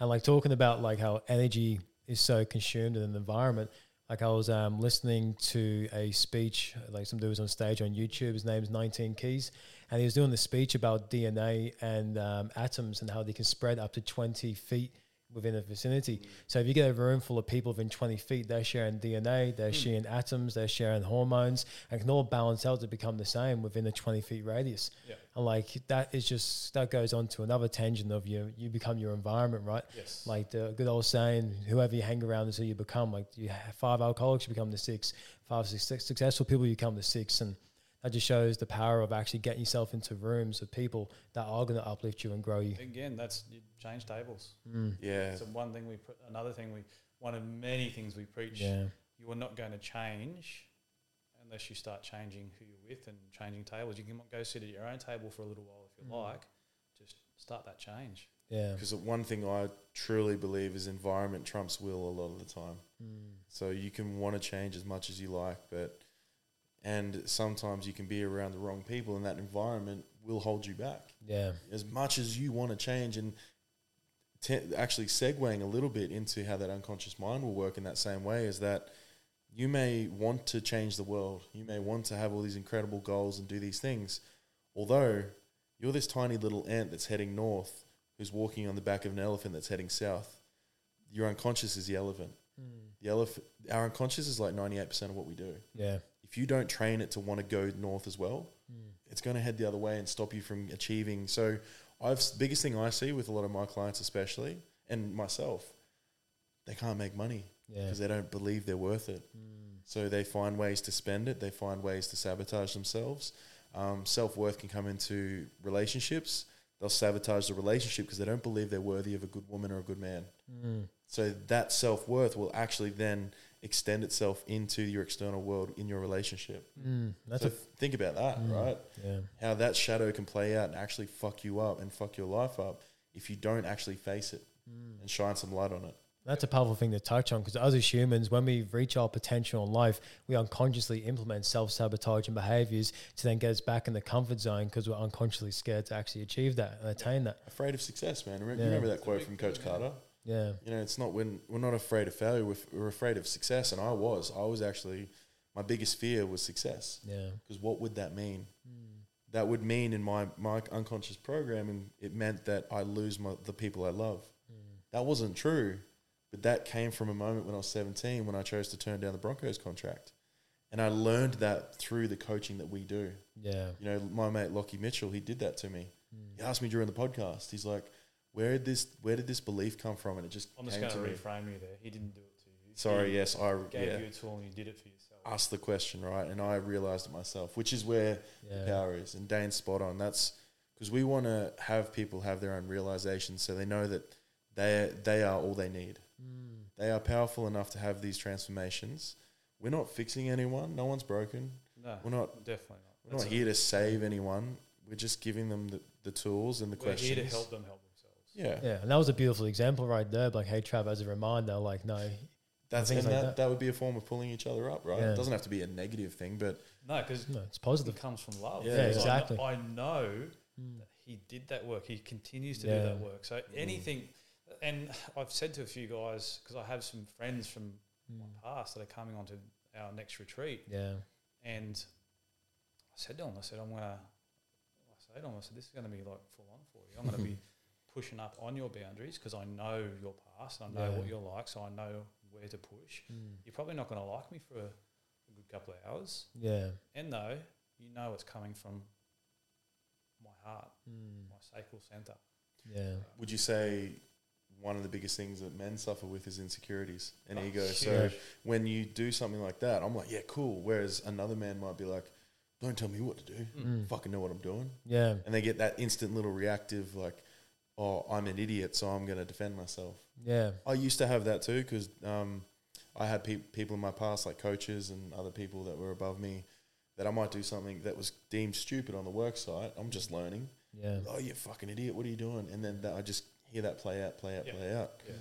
And like talking about like how energy is so consumed in an environment. Like I was um, listening to a speech, like some dude was on stage on YouTube. His name's 19 Keys, and he was doing the speech about DNA and um, atoms and how they can spread up to 20 feet within a vicinity. So if you get a room full of people within 20 feet, they're sharing DNA, they're sharing atoms, they're sharing hormones, and can all balance out to become the same within a 20 feet radius. Yeah. And like that is just that goes on to another tangent of you you become your environment, right? Yes. Like the good old saying, whoever you hang around is who you become. Like you have five alcoholics, you become the six. Five six, six successful people, you become the six. And that just shows the power of actually getting yourself into rooms of people that are going to uplift you and grow you. Mm. Again, that's you change tables. Yeah, So one thing we put, another thing we, one of many things we preach. Yeah. You are not going to change unless you start changing who you're with and changing tables. You can go sit at your own table for a little while if you Mm. like. Just start that change. Yeah. because one thing I truly believe is environment trumps will a lot of the time. Mm. So you can want to change as much as you like, but and sometimes you can be around the wrong people, and that environment will hold you back. Yeah. as much as you want to change and te- actually segueing a little bit into how that unconscious mind will work in that same way is that you may want to change the world you may want to have all these incredible goals and do these things although you're this tiny little ant that's heading north who's walking on the back of an elephant that's heading south your unconscious is the elephant the elephant our unconscious is like 98% of what we do Yeah. if you don't train it to want to go north as well, it's going to head the other way and stop you from achieving. So, I've biggest thing I see with a lot of my clients, especially and myself, they can't make money Yeah. because they don't believe they're worth it. So they find ways to spend it. They find ways to sabotage themselves. Um, Self worth can come into relationships. They'll sabotage the relationship because they don't believe they're worthy of a good woman or a good man. So that self worth will actually then extend itself into your external world in your relationship. Mm, that's Mm. so think about that, right? a yeah. How that shadow can play out and actually fuck you up and fuck your life up if you don't actually face it Mm. and shine some light on it. That's a powerful thing to touch on because us as humans, when we reach our potential in life, we unconsciously implement self sabotaging behaviors to then get us back in the comfort zone because we're unconsciously scared to actually achieve that and attain that. Afraid of success, man. Remember, Yeah. You remember that quote from Coach Carter? Yeah. you know, it's not when we're not afraid of failure, we're, we're afraid of success. And I was, I was actually, my biggest fear was success. Yeah. Because what would that mean? That would mean in my, my unconscious programming, it meant that I lose my, the people I love. That wasn't true, but that came from a moment when I was 17 when I chose to turn down the Broncos contract. And I learned that through the coaching that we do. Yeah. You know, my mate Lockie Mitchell, he did that to me. He asked me during the podcast. He's like, "Where did this? Where did this belief come from?" And it just I'm just came going to to me. reframe you there. He didn't do it to you. Sorry, He yes, I Gave yeah, Uh, you a tool and you did it for yourself. asked the question right, and I realized it myself, which is where Yeah. the power is. And Dane's spot on. That's because we want to have people have their own realizations, so they know that they they are all they need. Mm. They are powerful enough to have these transformations. We're not fixing anyone. No one's broken. No, We're not. definitely not. We're not here to save anyone. We're just giving them the, the tools and the We're questions. here to help them help themselves. Yeah, Yeah. And that was a beautiful example right there. Like, hey, Trav, as a reminder, like, no. that's and Things like that, that. that. would be a form of pulling each other up, right? Yeah. It doesn't have to be a negative thing, but No, because No, it's it positive. comes from love. Yeah, Because exactly. I know, I know that he did that work. He continues to Yeah. Mm. do that work. So anything, Mm. and I've said to a few guys because I have some friends from my past that are coming onto our next retreat. Yeah. And I said to him, I said, I'm gonna I said to him, I said, this is gonna be like full on for you. I'm gonna be pushing up on your boundaries because I know your past and I know Yeah. what you're like, so I know where to push. Mm. You're probably not gonna like me for a good couple of hours. Yeah. And though, you know it's coming from my heart, Mm. my sacral center. Yeah. Would you say one of the biggest things that men suffer with is insecurities and Oh, ego? So huge. when you do something like that, I'm like, yeah, cool. Whereas another man might be like, don't tell me what to do. Mm. Fucking know what I'm doing. Yeah. And they get that instant little reactive, like, oh, I'm an idiot, so I'm going to defend myself. Yeah. I used to have that too because um, I had peop people in my past, like coaches and other people that were above me, that I might do something that was deemed stupid on the work site. I'm just learning. Yeah. Oh, you fucking idiot! What are you doing? And then that, I just hear that play out, play out, Yeah. play out Yeah.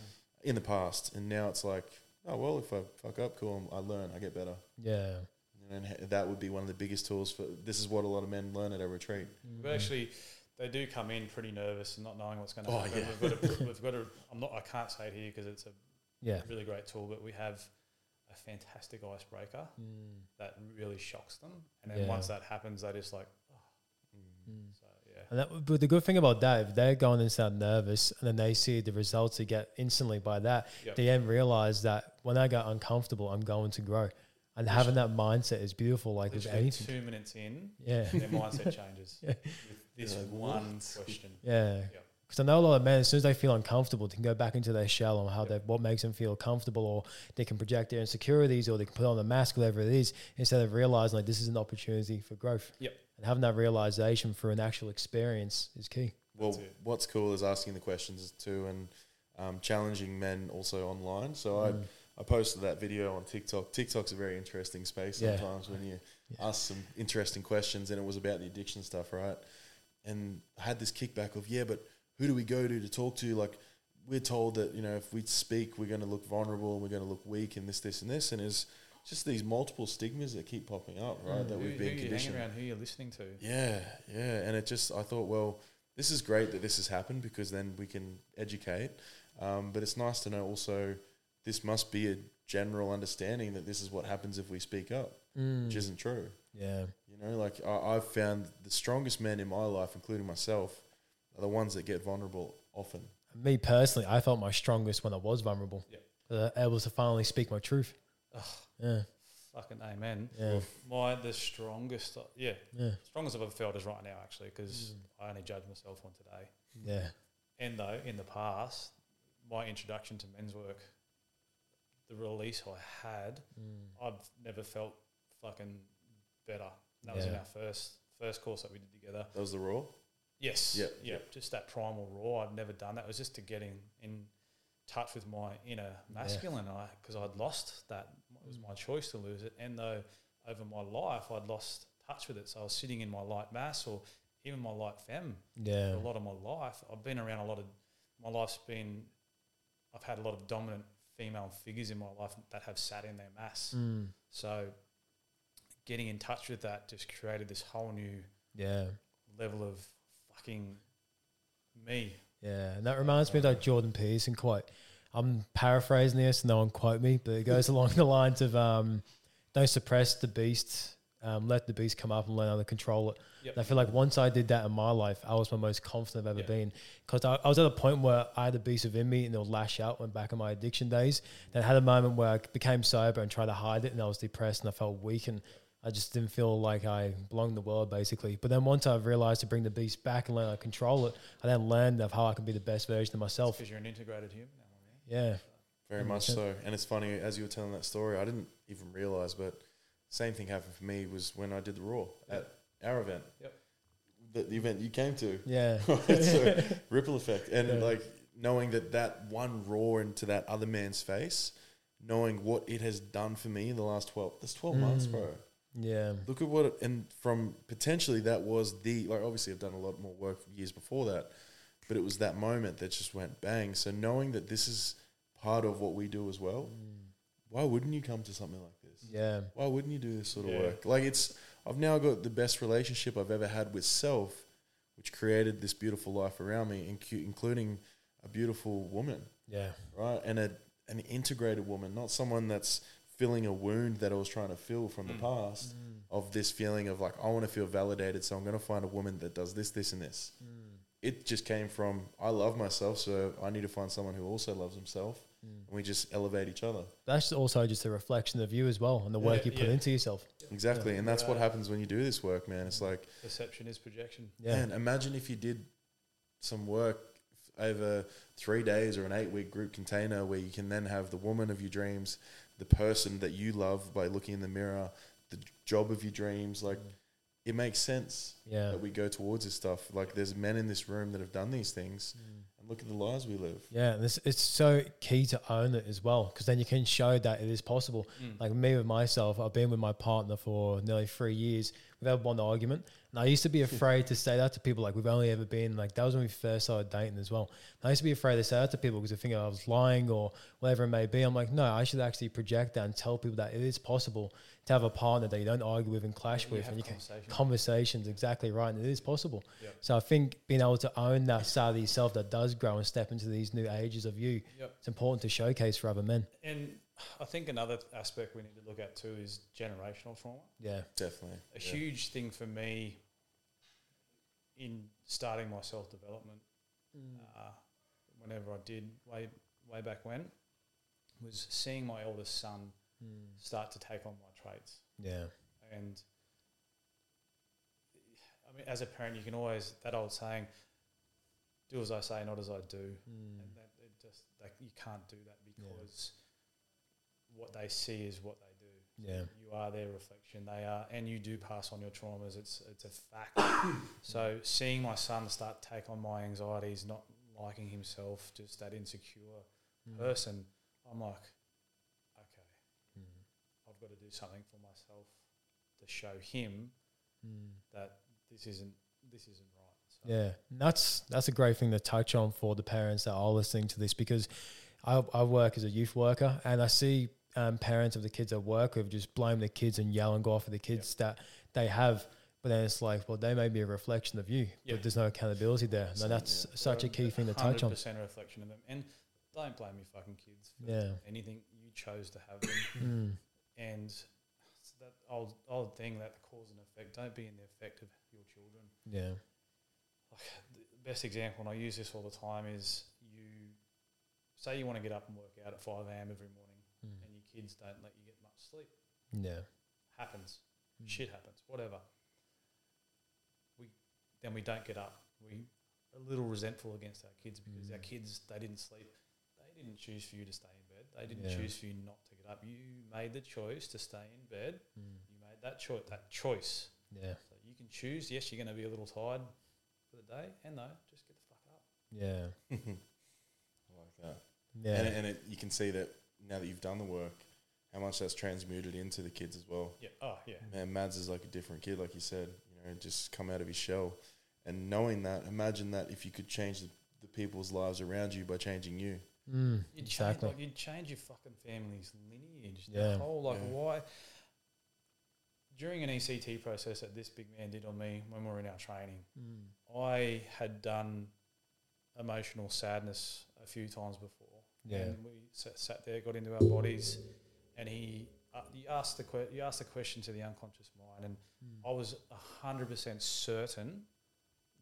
in the past, and now it's like, oh well, if I fuck up, cool. I learn. I get better. Yeah. And then h- that would be one of the biggest tools for. This is what a lot of men learn at a retreat. But actually, they do come in pretty nervous and not knowing what's going to Oh, happen. yeah. We've got a, we've got a, I'm not, I can't say it here because it's a Mm. Yeah. really great tool, but we have a fantastic icebreaker Mm. that really shocks them. And then Yeah. once that happens, they just like, Mm. so yeah. And that, but the good thing about that, if they're going and sound nervous and then they see the results they get instantly by that, Yep. they then realize that when I get uncomfortable, I'm going to grow. And having that mindset is beautiful, like with Literally anything. two minutes in, Yeah. their mindset changes Yeah. with this They're like, one question. Yeah. Because I know a lot of men, as soon as they feel uncomfortable, they can go back into their shell on how Yep. they what makes them feel comfortable, or they can project their insecurities, or they can put on the mask, whatever it is, instead of realizing like this is an opportunity for growth. Yep. And having that realization through an actual experience is key. Well, it. what's cool is asking the questions too, and um, challenging men also online. So Mm. I, I posted that video on TikTok. TikTok's a very interesting space Yeah. sometimes when you Yeah. ask some interesting questions, and it was about the addiction stuff, right? And I had this kickback of yeah, but who do we go to to talk to? Like we're told that you know if we speak, we're going to look vulnerable and we're going to look weak, and this, this, and this, and is just these multiple stigmas that keep popping up, right? Mm. That Who, we've who been you hanging conditioned. around, who you're listening to. Yeah, yeah. And it just, I thought, well, this is great that this has happened because then we can educate. Um, but it's nice to know also this must be a general understanding that this is what happens if we speak up, which isn't true. Yeah. You know, like I, I've found the strongest men in my life, including myself, are the ones that get vulnerable often. Me personally, I felt my strongest when I was vulnerable. Yep. Uh, able to finally speak my truth. Yeah. Fucking amen. Yeah. My the strongest, yeah, Yeah. strongest I've ever felt is right now actually because I only judge myself on today. Yeah. And though in the past, my introduction to men's work, the release I had, Mm, I've never felt fucking better. And that was in Yeah. our first first course that we did together. That was the raw. Yes. Yeah, Yeah. Just that primal raw. I'd never done that. It was just to get in, in touch with my inner masculine. I because I'd lost that. It was my choice to lose it. And though over my life I'd lost touch with it, so I was sitting in my light mass or even my light femme Yeah. for a lot of my life. I've been around a lot of my life's been. I've had a lot of dominant female figures in my life that have sat in their mass. Mm. So getting in touch with that just created this whole new Yeah. level of fucking me. Yeah, and that reminds me of that Jordan Peterson quote. I'm paraphrasing this, no one quote me, but it goes along the lines of um, "Don't suppress the beast, um, let the beast come up, and learn how to control it." Yep. And I feel like once I did that in my life, I was my most confident I've ever Yeah. been because I, I was at a point where I had the beast within me, and it'll lash out. Went back in my addiction days, then I had a moment where I became sober and tried to hide it, and I was depressed and I felt weak and. I just didn't feel like I belonged in the world, basically. But then once I realized to bring the beast back and learn how to control it, I then learned of how I can be the best version of myself. Because you're an integrated human now, my man. Yeah, Very Hundred much percent. so. And it's funny, as you were telling that story, I didn't even realize, but same thing happened for me was when I did the Raw at our event. Yep. The, the event you came to. yeah, Right? so, ripple effect. And Yeah. like knowing that that one roar into that other man's face, knowing what it has done for me in the last 12, that's 12 months, Mm. bro. yeah, Look at what, it, and from potentially that was the, like obviously I've done a lot more work years before that, but it was that moment that just went bang. So knowing that this is part of what we do as well, Mm. why wouldn't you come to something like this? yeah, Why wouldn't you do this sort of Yeah. work? Like it's, I've now got the best relationship I've ever had with self, which created this beautiful life around me, incu- including a beautiful woman, yeah, right? And a, an integrated woman, not someone that's filling a wound that I was trying to fill from the Mm. past of this feeling of like I want to feel validated, so I'm going to find a woman that does this, this, and this. It just came from I love myself, so I need to find someone who also loves himself, and we just elevate each other. That's also just a reflection of you as well and the work Yeah, you put yeah. into yourself. Exactly, and that's what Right. happens when you do this work, man. It's like Perception is projection. Yeah. Man, imagine if you did some work over three days or an eight week group container where you can then have the woman of your dreams, the person that you love by looking in the mirror, the job of your dreams. Like, it makes sense Mm. Yeah. that we go towards this stuff. Like, there's men in this room that have done these things, Mm. and look at the lives we live. Yeah, and this it's so key to own it as well, because then you can show that it is possible. Mm. Like me with myself, I've been with my partner for nearly three years without one argument, and I used to be Hmm. afraid to say that to people. Like we've only ever been like that was when we first started dating as well. And I used to be afraid to say that to people because they think I was lying or whatever it may be. I'm like, no, I should actually project that and tell people that it is possible to have a partner that you don't argue with and clash You with, have and you can conversation. conversations exactly right and it is possible Yep. so i think being able to own that side of yourself that does grow and step into these new ages of you Yep. it's important to showcase for other men And I think another aspect we need to look at too is generational trauma. yeah Definitely. A Yeah. huge thing for me in starting my self development, Mm. uh, whenever I did way way back when, was seeing my eldest son start to take on my traits. yeah And I mean, as a parent, you can always that old saying, "Do as I say, not as I do." Mm. and that it just like you can't do that because what they see is what they do. yeah You are their reflection. They are, and you do pass on your traumas. It's it's a fact. so seeing my son start to take on my anxieties, not liking himself, just that insecure Mm. person, I'm like, okay, Mm. I've got to do something for myself to show him Mm. that this isn't this isn't right. So, Yeah, and that's that's a great thing to touch on for the parents that are listening to this because I, I work as a youth worker and I see um, parents of the kids I work with just blame the kids and yell and go off at the kids that they have. But then it's like, well, they may be a reflection of you, Yeah. but there's no accountability there. And that's such a key thing to touch on. 100% reflection of them. And don't blame your fucking kids for Yeah. anything. You chose to have them. Mm. and it's that old, old thing that the cause and effect, don't be in the effect of your children. Yeah. Like the best example, and I use this all the time, is you say you want to get up and work out at 5 a.m. every morning and your kids don't let you get much sleep. Mm, Yeah. Happens. Hmm. Shit happens. Whatever. We Then we don't get up. We a little resentful against our kids because our kids, they didn't sleep. They didn't choose for you to stay in bed. They didn't Yeah. choose for you not to get up. You made the choice to stay in bed. You made that choice. That choice. Mm, Yeah. So you can choose. Yes, you're going to be a little tired for the day, and no, just get the fuck up. Yeah. I like that. Yeah. And, and it, you can see that now that you've done the work, how much that's transmuted into the kids as well. Yeah. Oh yeah. Man, Mads is like a different kid, like you said, you know, just come out of his shell. And knowing that, imagine that if you could change the, the people's lives around you by changing you. Mm, You'd exactly. Change, like, you'd change your fucking family's lineage. Yeah. The whole like Yeah. why. During an ECT process that this big man did on me when we were in our training, Mm, I had done emotional sadness a few times before. Yeah. And we sat, sat there, got into our bodies, and he uh, you asked the que- you asked the question to the unconscious mind, and mm, I was hundred percent certain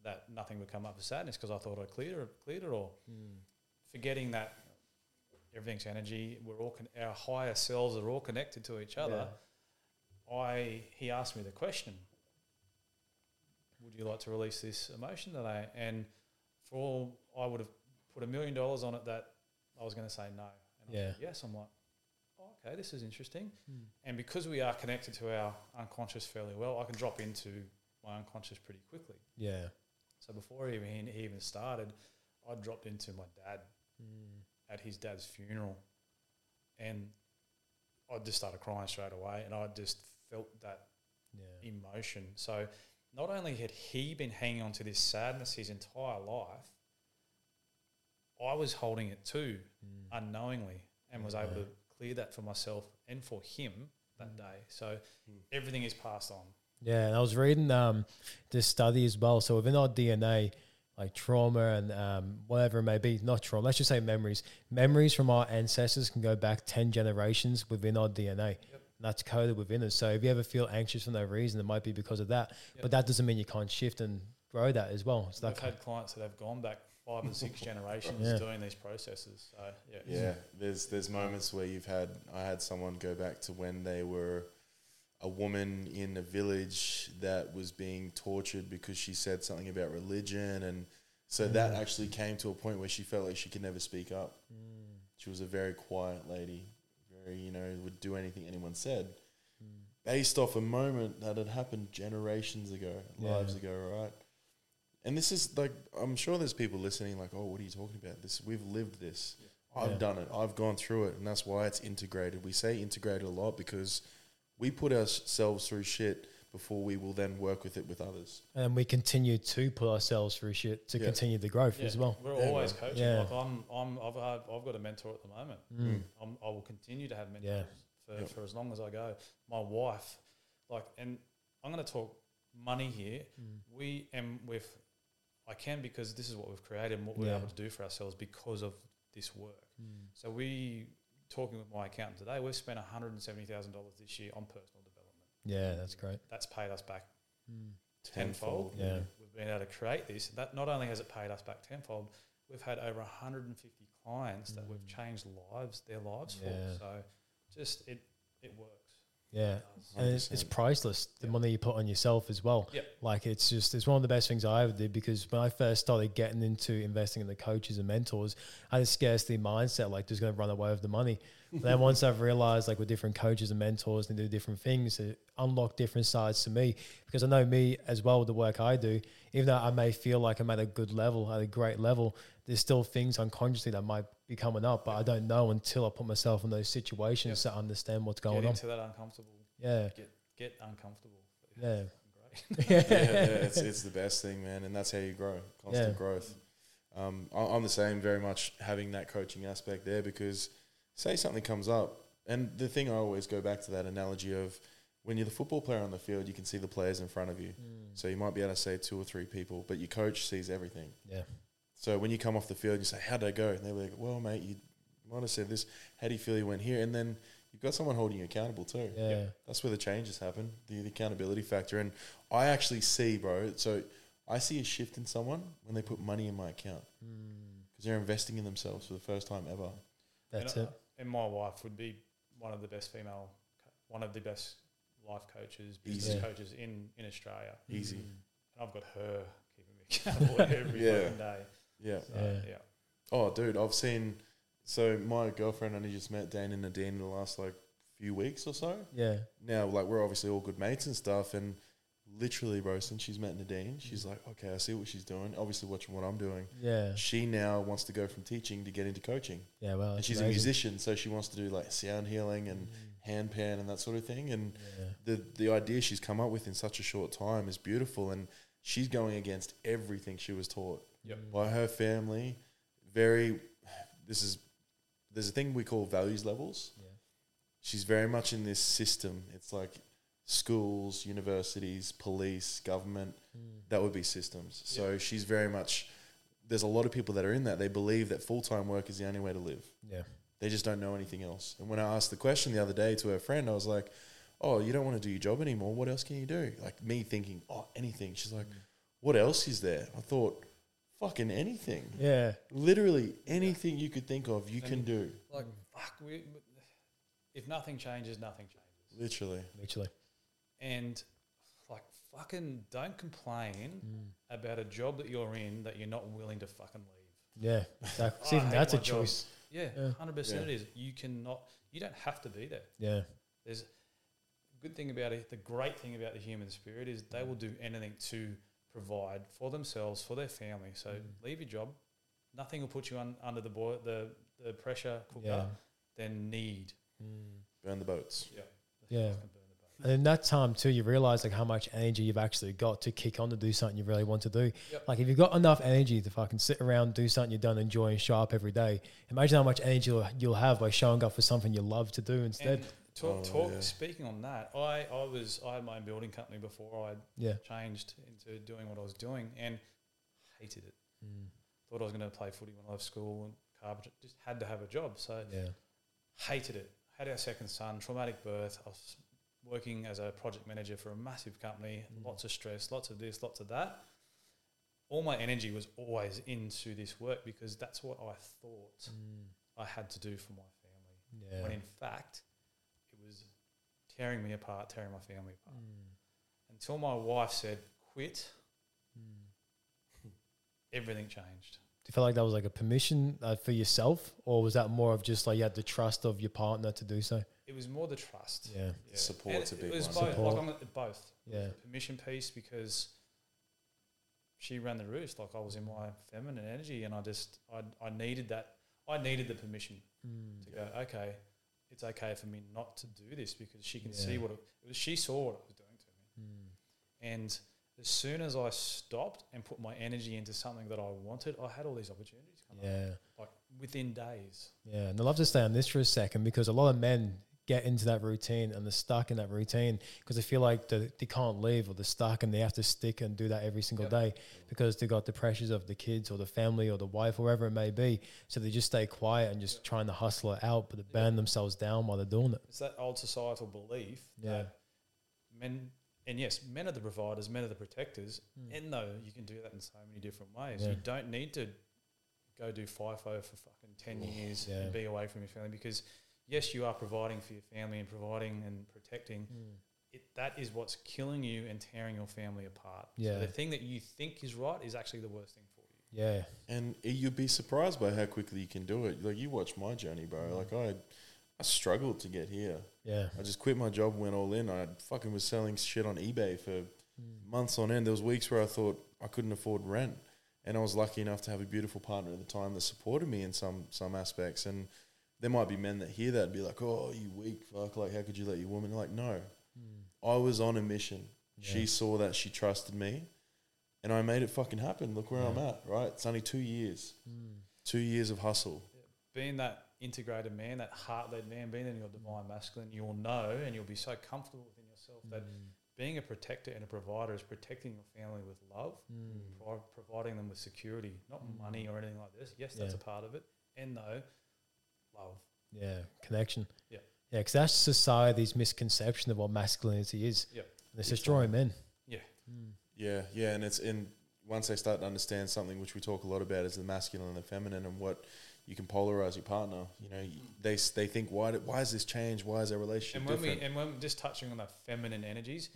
that nothing would come up for sadness because I thought I cleared it- cleared it all, mm, forgetting that everything's energy. We're all con- our higher selves are all connected to each other. I he asked me the question, "Would you like to release this emotion today?" And for all I would have put a million dollars on it that I was going to say no. And I Yeah. said yes, I'm like, oh, okay, this is interesting. mm. And because we are connected to our unconscious fairly well, I can drop into my unconscious pretty quickly. Yeah. So before he even, he even started, I dropped into my dad Mm, at his dad's funeral, and I just started crying straight away, and I just felt that Yeah. emotion. So not only had he been hanging on to this sadness his entire life, I was holding it too Mm. unknowingly and was able to clear that for myself and for him that day. So everything is passed on. Yeah, and I was reading um, this study as well. So within our DNA, like trauma and um, whatever it may be, not trauma, let's just say memories. Memories from our ancestors can go back 10 generations within our DNA. And that's coded within us. So if you ever feel anxious for no reason, it might be because of that. But that doesn't mean you can't shift and grow that as well. So I've that had clients that have gone back five and six generations Yeah. doing these processes. So yeah, it's- Yeah, there's there's moments where you've had I had someone go back to when they were a woman in a village that was being tortured because she said something about religion, and so that actually came to a point where she felt like she could never speak up. She was a very quiet lady, very you know would do anything anyone said, based off a moment that had happened generations ago, Yeah. lives ago, right? And this is like I'm sure there's people listening like, oh, what are you talking about? This we've lived this. I've Yeah. done it. I've gone through it, and that's why it's integrated. We say integrated a lot because we put ourselves through shit before we will then work with it with others. and we continue to put ourselves through shit to Yeah. continue the growth Yeah, as well. We're Yeah, always man. coaching. Yeah. Like I'm, I'm, I've, had, I've got a mentor at the moment. Hmm. Mm. I'm, I will continue to have mentors Yeah. for, for as long as I go. My wife, like, and I'm going to talk money here. Mm. We am with, I can because this is what we've created and what we're Yeah. able to do for ourselves because of this work. Mm. So we, talking with my accountant today, we've spent $170,000 this year on personal development. Yeah, that's great. That's paid us back tenfold. Yeah. We've been able to create this. That not only has it paid us back tenfold, we've had over 150 clients that we've changed lives, their lives Mm. Yeah. for. So just it it works. Yeah. It And it's, it's 100%. priceless, the Yeah. money you put on yourself as well. Yeah. Like it's just, it's one of the best things I ever did because when I first started getting into investing in the coaches and mentors, I had a scarcity mindset, like just going to run away with the money. But then once I've realized like with different coaches and mentors, they do different things, it unlocked different sides to me because I know me as well with the work I do, even though I may feel like I'm at a good level, at a great level, there's still things unconsciously that might be coming up, but I don't know until I put myself in those situations to understand what's Get going on. into that uncomfortable. Yeah. Get get uncomfortable. Yeah. Great. yeah, yeah, it's, it's the best thing, man, and that's how you grow, constant Yeah. growth. Um, I- I'm the same, very much having that coaching aspect there because say something comes up, and the thing I always go back to that analogy of when you're the football player on the field, you can see the players in front of you, Mm. so you might be able to say two or three people, but your coach sees everything. Yeah. So when you come off the field, you say, "How'd I go?" And they're like, "Well, mate, you might have said this. How do you feel you went here?" And then you've got someone holding you accountable too. Yeah. That's where the changes happen, the, the accountability factor. And I actually see, bro, so I see a shift in someone when they put money in my account Mm. because they're investing in themselves for the first time ever. That's and, it. I- and my wife would be one of the best female, co- one of the best life coaches, business Easy. coaches in in Australia. Easy. Mm. And I've got her keeping me accountable every Yeah. fucking day. Yeah. So, Yeah. yeah. Oh, dude, I've seen. So my girlfriend and I just met Dane and Nadine in the last like few weeks or so. Yeah. now like we're obviously all good mates and stuff and literally bro since she's met nadine she's like okay i see what she's doing obviously watching what i'm doing Yeah. she now wants to go from teaching to get into coaching Yeah. Well, and that's she's a amazing. Mm. musician so she wants to do like sound healing and hand pan and that sort of thing and Yeah. the the idea she's come up with in such a short time is beautiful and she's going against everything she was taught Mm. Yep. by her family very this is there's a thing we call values levels Yeah. she's very much in this system it's like schools universities police government Mm. that would be systems so she's very much there's a lot of people that are in that they believe that full-time work is the only way to live Yeah. they just don't know anything else. And when I asked the question the other day to her friend, I was like, "Oh, you don't want to do your job anymore. What else can you do?" Like me thinking, "Oh, anything." She's like, Mm. "What else is there?" I thought, "Fucking anything. Yeah. Literally anything you could think of, you can do." Like, Mm. fuck, we, if nothing changes, nothing changes. Literally. Literally. And, like, fucking don't complain about a job that you're in that you're not willing to fucking leave. Yeah. Exactly. Oh, I See, hate that's a my job. choice. Yeah, Yeah. 100% it is. You cannot, you don't have to be there. Yeah. There's good thing about it, the great thing about the human spirit is they will do anything to provide for themselves, for their family. So Mm. leave your job. Nothing will put you un, under the, boil, the, the pressure cooker Yeah. than need. Burn the boats. Yeah. Yeah. And in that time too, you realize like how much energy you've actually got to kick on to do something you really want to do. Yep. Like if you've got enough energy to fucking sit around, do something you don't enjoy and show up every day. Imagine how much energy you'll, you'll have by showing up for something you love to do instead. And talk, Oh, talk, yeah. Speaking on that, I, I was I had my own building company before I yeah. changed into doing what I was doing and hated it. Mm. Thought I was going to play footy when I left school and carpenter. Just had to have a job. So Yeah. hated it. Had our second son, traumatic birth. I was working as a project manager for a massive company, Mm. lots of stress, lots of this, lots of that. All my energy was always into this work because that's what I thought Mm. I had to do for my family. Yeah. When in fact, it was tearing me apart, tearing my family apart. Mm. Until my wife said, quit, Mm. everything changed. Do you feel like that was like a permission uh, for yourself, or was that more of just like you had the trust of your partner to do so? It was more the trust. Yeah. Yeah. Support's And a big it was one. Both, Support. Like on the, both. Yeah. permission piece because she ran the roost. Like I was in my feminine energy, and I just I I needed that. I needed the permission Mm, to go. Okay, it's okay for me not to do this because she can see Yeah. what it, it was. She saw what it was doing to me, Mm. and as soon as I stopped and put my energy into something that I wanted, I had all these opportunities come up Yeah. like within days. Yeah, and I love to stay on this for a second because a lot of men get into that routine and they're stuck in that routine because they feel like they, they can't leave or they're stuck and they have to stick and do that every single Yep. day because they got the pressures of the kids or the family or the wife or whatever it may be. So they just stay quiet and just trying to hustle it out, but they burn themselves down while they're doing it. It's that old societal belief Yeah. that men and yes, men are the providers, men are the protectors, and though you can do that in so many different ways. Mm. Yeah. You don't need to go do FIFO for fucking ten years Yeah. and be away from your family because yes, you are providing for your family and providing and protecting. It, that is what's killing you and tearing your family apart. Yeah. So the thing that you think is right is actually the worst thing for you. Yeah, And it- you'd be surprised by how quickly you can do it. Like you watch my journey, bro. Mm. Like I, I struggled to get here. yeah, I just quit my job, went all in. I fucking was selling shit on eBay for months on end. There was weeks where I thought I couldn't afford rent, and I was lucky enough to have a beautiful partner at the time that supported me in some some aspects. And there might be men that hear that and be like, "Oh, you weak fuck! Like, how could you let your woman?" Like, no, I was on a mission. She saw that, she trusted me, and I made it fucking happen. Look where I'm at, right? It's only two years, Mm, two years of hustle. being that integrated man, that heart led man, being in your divine masculine, you'll know and you'll be so comfortable within yourself that Mm. being a protector and a provider is protecting your family with love, Mm. pro- providing them with security, not money or anything like this. Yes, that's Yeah. a part of it. And though, love. yeah, connection. Yeah. Yeah, because that's society's misconception of what masculinity is. Yep. It's destroying men. Yeah. Yeah, yeah, and it's in once they start to understand something which we talk a lot about is the masculine and the feminine and what you can polarize your partner. You know, y- they s- they think why did, why is this change? Why is our relationship And when different? we and when just touching on that feminine energies,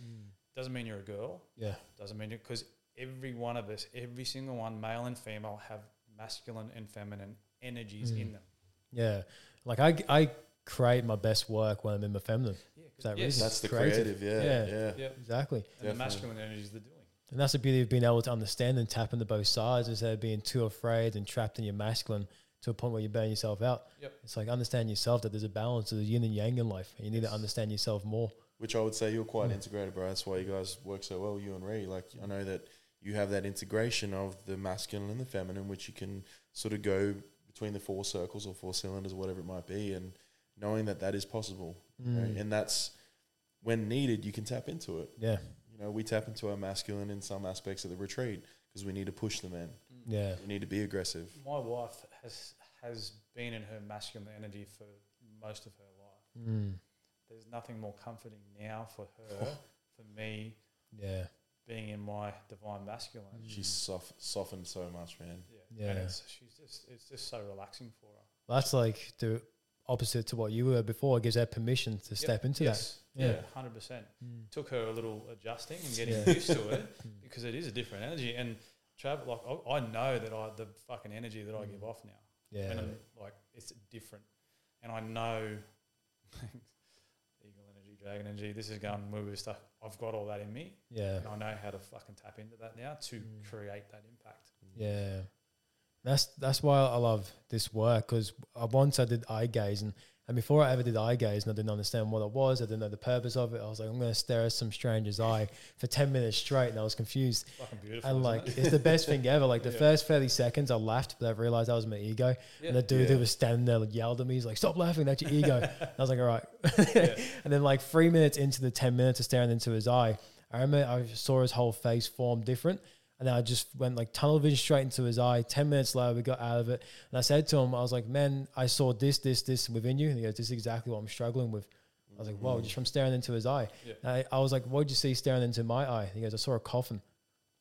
doesn't mean you're a girl, Yeah, doesn't mean because every one of us, every single one, male and female, have masculine and feminine energies Mm. in them. yeah. Like I, I create my best work when I'm in my feminine. Yeah, 'cause- For that yes. reason. That's the Creative. creative, yeah, Yeah. yeah. Yeah. Exactly. and the Definitely. masculine energies they're doing. And that's the beauty of being able to understand and tap into both sides instead of being too afraid and trapped in your masculine to a point where you burn yourself out. Yep. It's like understand yourself that there's a balance, there's a yin and yang in life, and you need to understand yourself more. Which I would say you're Hmm. quite integrated, bro. That's why you guys work so well, you and Ree. Like I know that you have that integration of the masculine and the feminine, which you can sort of go between the four circles or four cylinders, whatever it might be, and knowing that that is possible, you Hmm. know, and that's when needed, you can tap into it. Yeah. you know, we tap into our masculine in some aspects of the retreat because we need to push the men. Mm. Yeah. We need to be aggressive. My wife has has been in her masculine energy for most of her life. Mm. There's nothing more comforting now for her, Oh. for me, Mm. Yeah. being in my divine masculine. She's soft, softened so much, man. Yeah, and Mm. Yeah. it's, she's just it's just so relaxing for her. Well, that's like the opposite to what you were before. It gives that permission to step into that. Yeah, Yeah. hundred percent. that. Mm. Took her a little adjusting and getting Yeah. used to it because it is a different energy. And Trav, like I, I know that I the fucking energy that I give off now. Mm. Yeah. and I'm like it's different. And I know eagle energy, dragon energy. This is going woo woo stuff. I've got all that in me, Yeah. Mm. and I know how to fucking tap into that now to create that impact. Yeah, that's that's why I love this work because once I did eye gazing, and before I ever did eye gazing, I didn't understand what it was. I didn't know the purpose of it. I was like, I'm going to stare at some stranger's eye for ten minutes straight, and I was confused. It's fucking beautiful. And isn't like, it? it's the best thing ever. Like the Yeah. first thirty seconds, I laughed, but I realized that was my ego. yeah. And the dude who Yeah. was standing there yelled at me, he's like, Stop laughing, that's your ego. And I was like, All right. Yeah. and then, like, three minutes into the 10 minutes of staring into his eye, I remember I saw his whole face form different. And then I just went like tunnel vision straight into his eye. 10 minutes later, we got out of it. And I said to him, I was like, man, I saw this, this, this within you. And he goes, this is exactly what I'm struggling with. I was like, whoa, just from staring into his eye. Yeah. And I, I was like, what did you see staring into my eye? And he goes, I saw a coffin.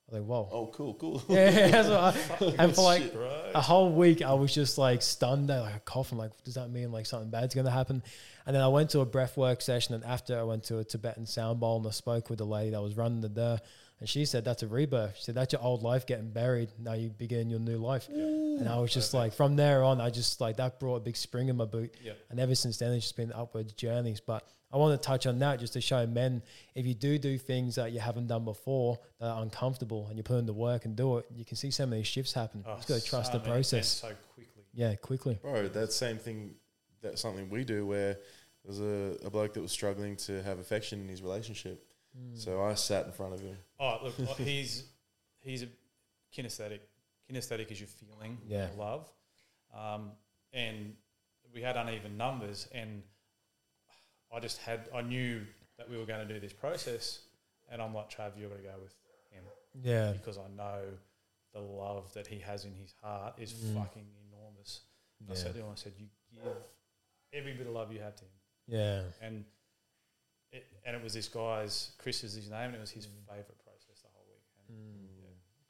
I was like, whoa. Oh, cool, cool. Yeah, that's what I, and for like Shit, bro. a whole week, I was just like stunned. there, Like a cough. I'm like, does that mean like something bad's going to happen? And then I went to a breath work session, and after I went to a Tibetan sound bowl and I spoke with the lady that was running the there, and she said that's a rebirth. She said that's your old life getting buried. Now you begin your new life. And I was just like, from there on, I just like that brought a big spring in my boot. Yeah. And ever since then, it's just been upwards journeys. But I want to touch on that just to show men if you do do things that you haven't done before that are uncomfortable and you put in the work and do it, you can see so many shifts happen. Oh, you just got to trust so the many events process. so quickly. Yeah, quickly. Bro, that same thing, that's something we do where there's a, a bloke that was struggling to have affection in his relationship. Mm. So I sat in front of him. Oh, look, oh, he's he's a kinesthetic. Kinesthetic is your feeling, Yeah. of love, um, and we had uneven numbers, and I just had I knew that we were going to do this process, and I'm like Trav, you're going to go with him Yeah. because I know the love that he has in his heart is Mm. fucking enormous. I said to him, I said, you give every bit of love you have to him Yeah. and it, and it was this guy's Chris is his name, and it was his favorite process the whole week. And Mm.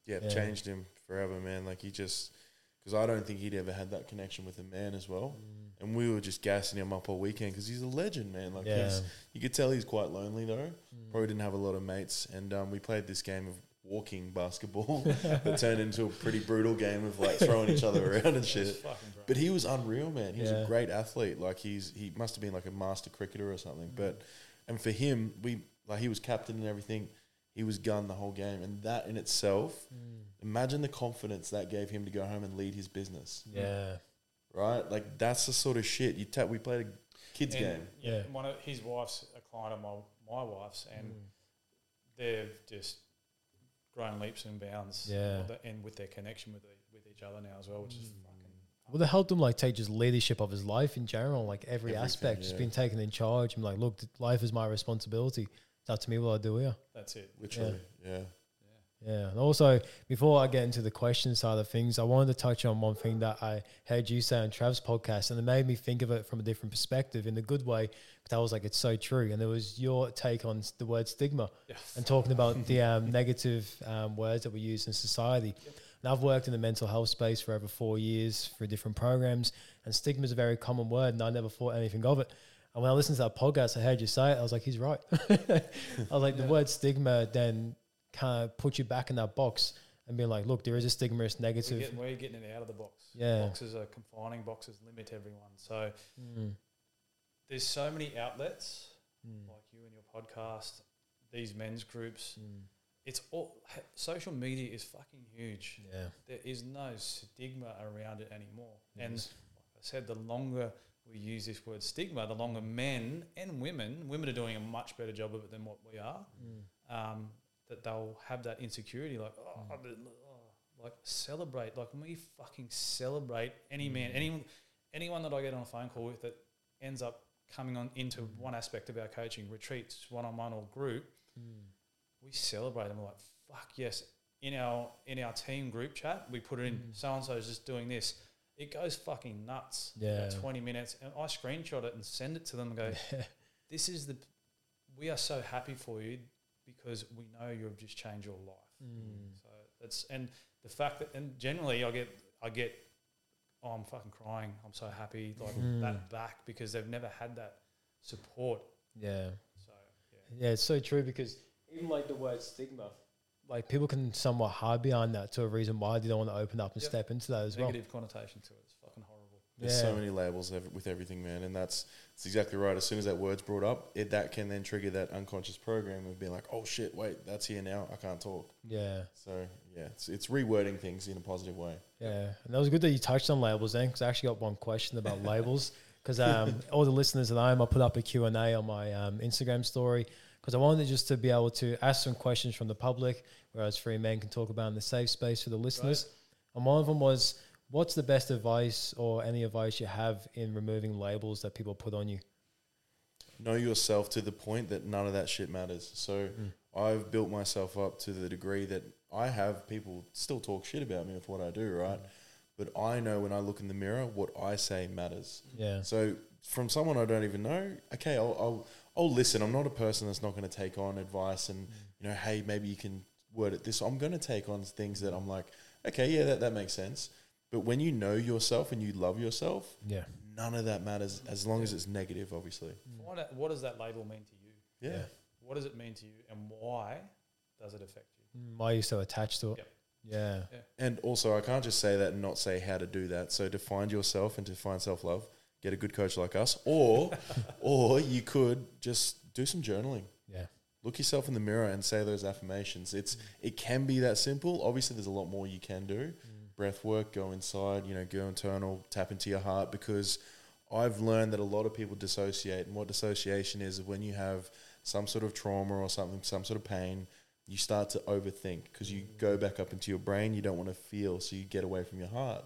Yeah, Yeah. changed him forever, man. Like he just, because I don't think he'd ever had that connection with a man as well. Mm. And we were just gassing him up all weekend because he's a legend, man. Like Yeah. he's, you could tell he's quite lonely though. Probably didn't have a lot of mates. And um, we played this game of walking basketball that turned into a pretty brutal game of like throwing each other around and it was shit. fucking great. But he was unreal, man. He was Yeah. a great athlete. Like he's he must have been like a master cricketer or something. But and for him, we like he was captain and everything. He was gunned the whole game, and that in itself, Mm. Mm. imagine the confidence that gave him to go home and lead his business. Yeah. Right, like that's the sort of shit you tap. We played a kids And, game. Yeah, Yeah. Mm. and one of his wife's a client of my my wife's, and they've just grown leaps and bounds. Yeah. Mm. with the- and with their connection with the, with each other now as well, which is fucking. Well, it helped him like take just leadership of his life in general, like every Everything, aspect, just yeah. being taken in charge. I'm like, look, th- life is my responsibility. It's up to me what I do here. That's it. Literally, yeah. Yeah. And also, before I get into the question side of things, I wanted to touch on one thing that I heard you say on Trav's podcast, and it made me think of it from a different perspective in a good way. That was like, it's so true. And it was your take on s- the word stigma Yeah. and talking about the um, negative um, words that we use in society. And I've worked in the mental health space for over four years through different programs, and stigma is a very common word, and I never thought anything of it. And when I listened to that podcast, I heard you say it. I was like, he's right. I was like, the word stigma then kind of put you back in that box and being like, look, there is a stigma, it's We're negative. getting, we're getting it out of the box. Yeah. Boxes are confining, boxes limit everyone. So Mm, there's so many outlets mm, like you and your podcast, these men's groups. mm. It's all social media is fucking huge. Yeah. There is no stigma around it anymore. And Yes. like I said, the longer we use this word stigma, the longer men and women, women are doing a much better job of it than what we are, Mm. um, that they'll have that insecurity like, oh, I didn't- oh," like celebrate. Like, we fucking celebrate any man, anyone, anyone that I get on a phone call with that ends up coming on into one aspect of our coaching retreats, one on one or group, Mm. we celebrate them. We're like, fuck yes. In our in our team group chat, we put it in Mm. so and so is just doing this. It goes fucking nuts. for about Yeah. Twenty minutes, and I screenshot it and send it to them. and Go, this is the. We are so happy for you because we know you've just changed your life. Mm. So that's and the fact that and generally I get I get oh, I'm fucking crying. I'm so happy like Mm. that back because they've never had that support. Yeah. So yeah. Yeah, it's so true because even like the word stigma, like people can somewhat hide behind that to a reason why they don't want to open up and Yep. step into that as well. negative connotation to it. It's fucking horrible. There's yeah. so many labels ev- with everything, man, and that's that's exactly right. As soon as that word's brought up, it that can then trigger that unconscious program of being like, "Oh shit, wait, that's here now. I can't talk." yeah. So yeah, it's it's rewording things in a positive way. Yeah, and that was good that you touched on labels then, because I actually got one question about labels. Because um, all the listeners at home, I put up a Q and A on my um, Instagram story because I wanted just to be able to ask some questions from the public, whereas free men can talk about in the safe space for the listeners. And one of them was, "What's the best advice or any advice you have in removing labels that people put on you?" Know yourself to the point that none of that shit matters. So I've built myself up to the degree that I have people still talk shit about me for what I do, right? But I know when I look in the mirror, what I say matters. Yeah. So from someone I don't even know, okay, I'll I'll, I'll listen. I'm not a person that's not going to take on advice and you know, hey, maybe you can word it this. I'm going to take on things that I'm like, okay, yeah, that that makes sense. But when you know yourself and you love yourself, Yeah. none of that matters as long as it's negative, obviously. What, what does that label mean to you? Yeah. Yeah. What does it mean to you, and why does it affect you? Mm, Why are you so attached to it? Yep. Yeah. And also, I can't just say that and not say how to do that. So to find yourself and to find self love, get a good coach like us, or or you could just do some journaling. Yeah. look yourself in the mirror and say those affirmations it's Mm. it can be that simple obviously there's a lot more you can do Mm. breath work go inside you know go internal tap into your heart because i've learned that a lot of people dissociate and what dissociation is when you have some sort of trauma or something some sort of pain you start to overthink because you go Mm. back up into your brain you don't want to feel so you get away from your heart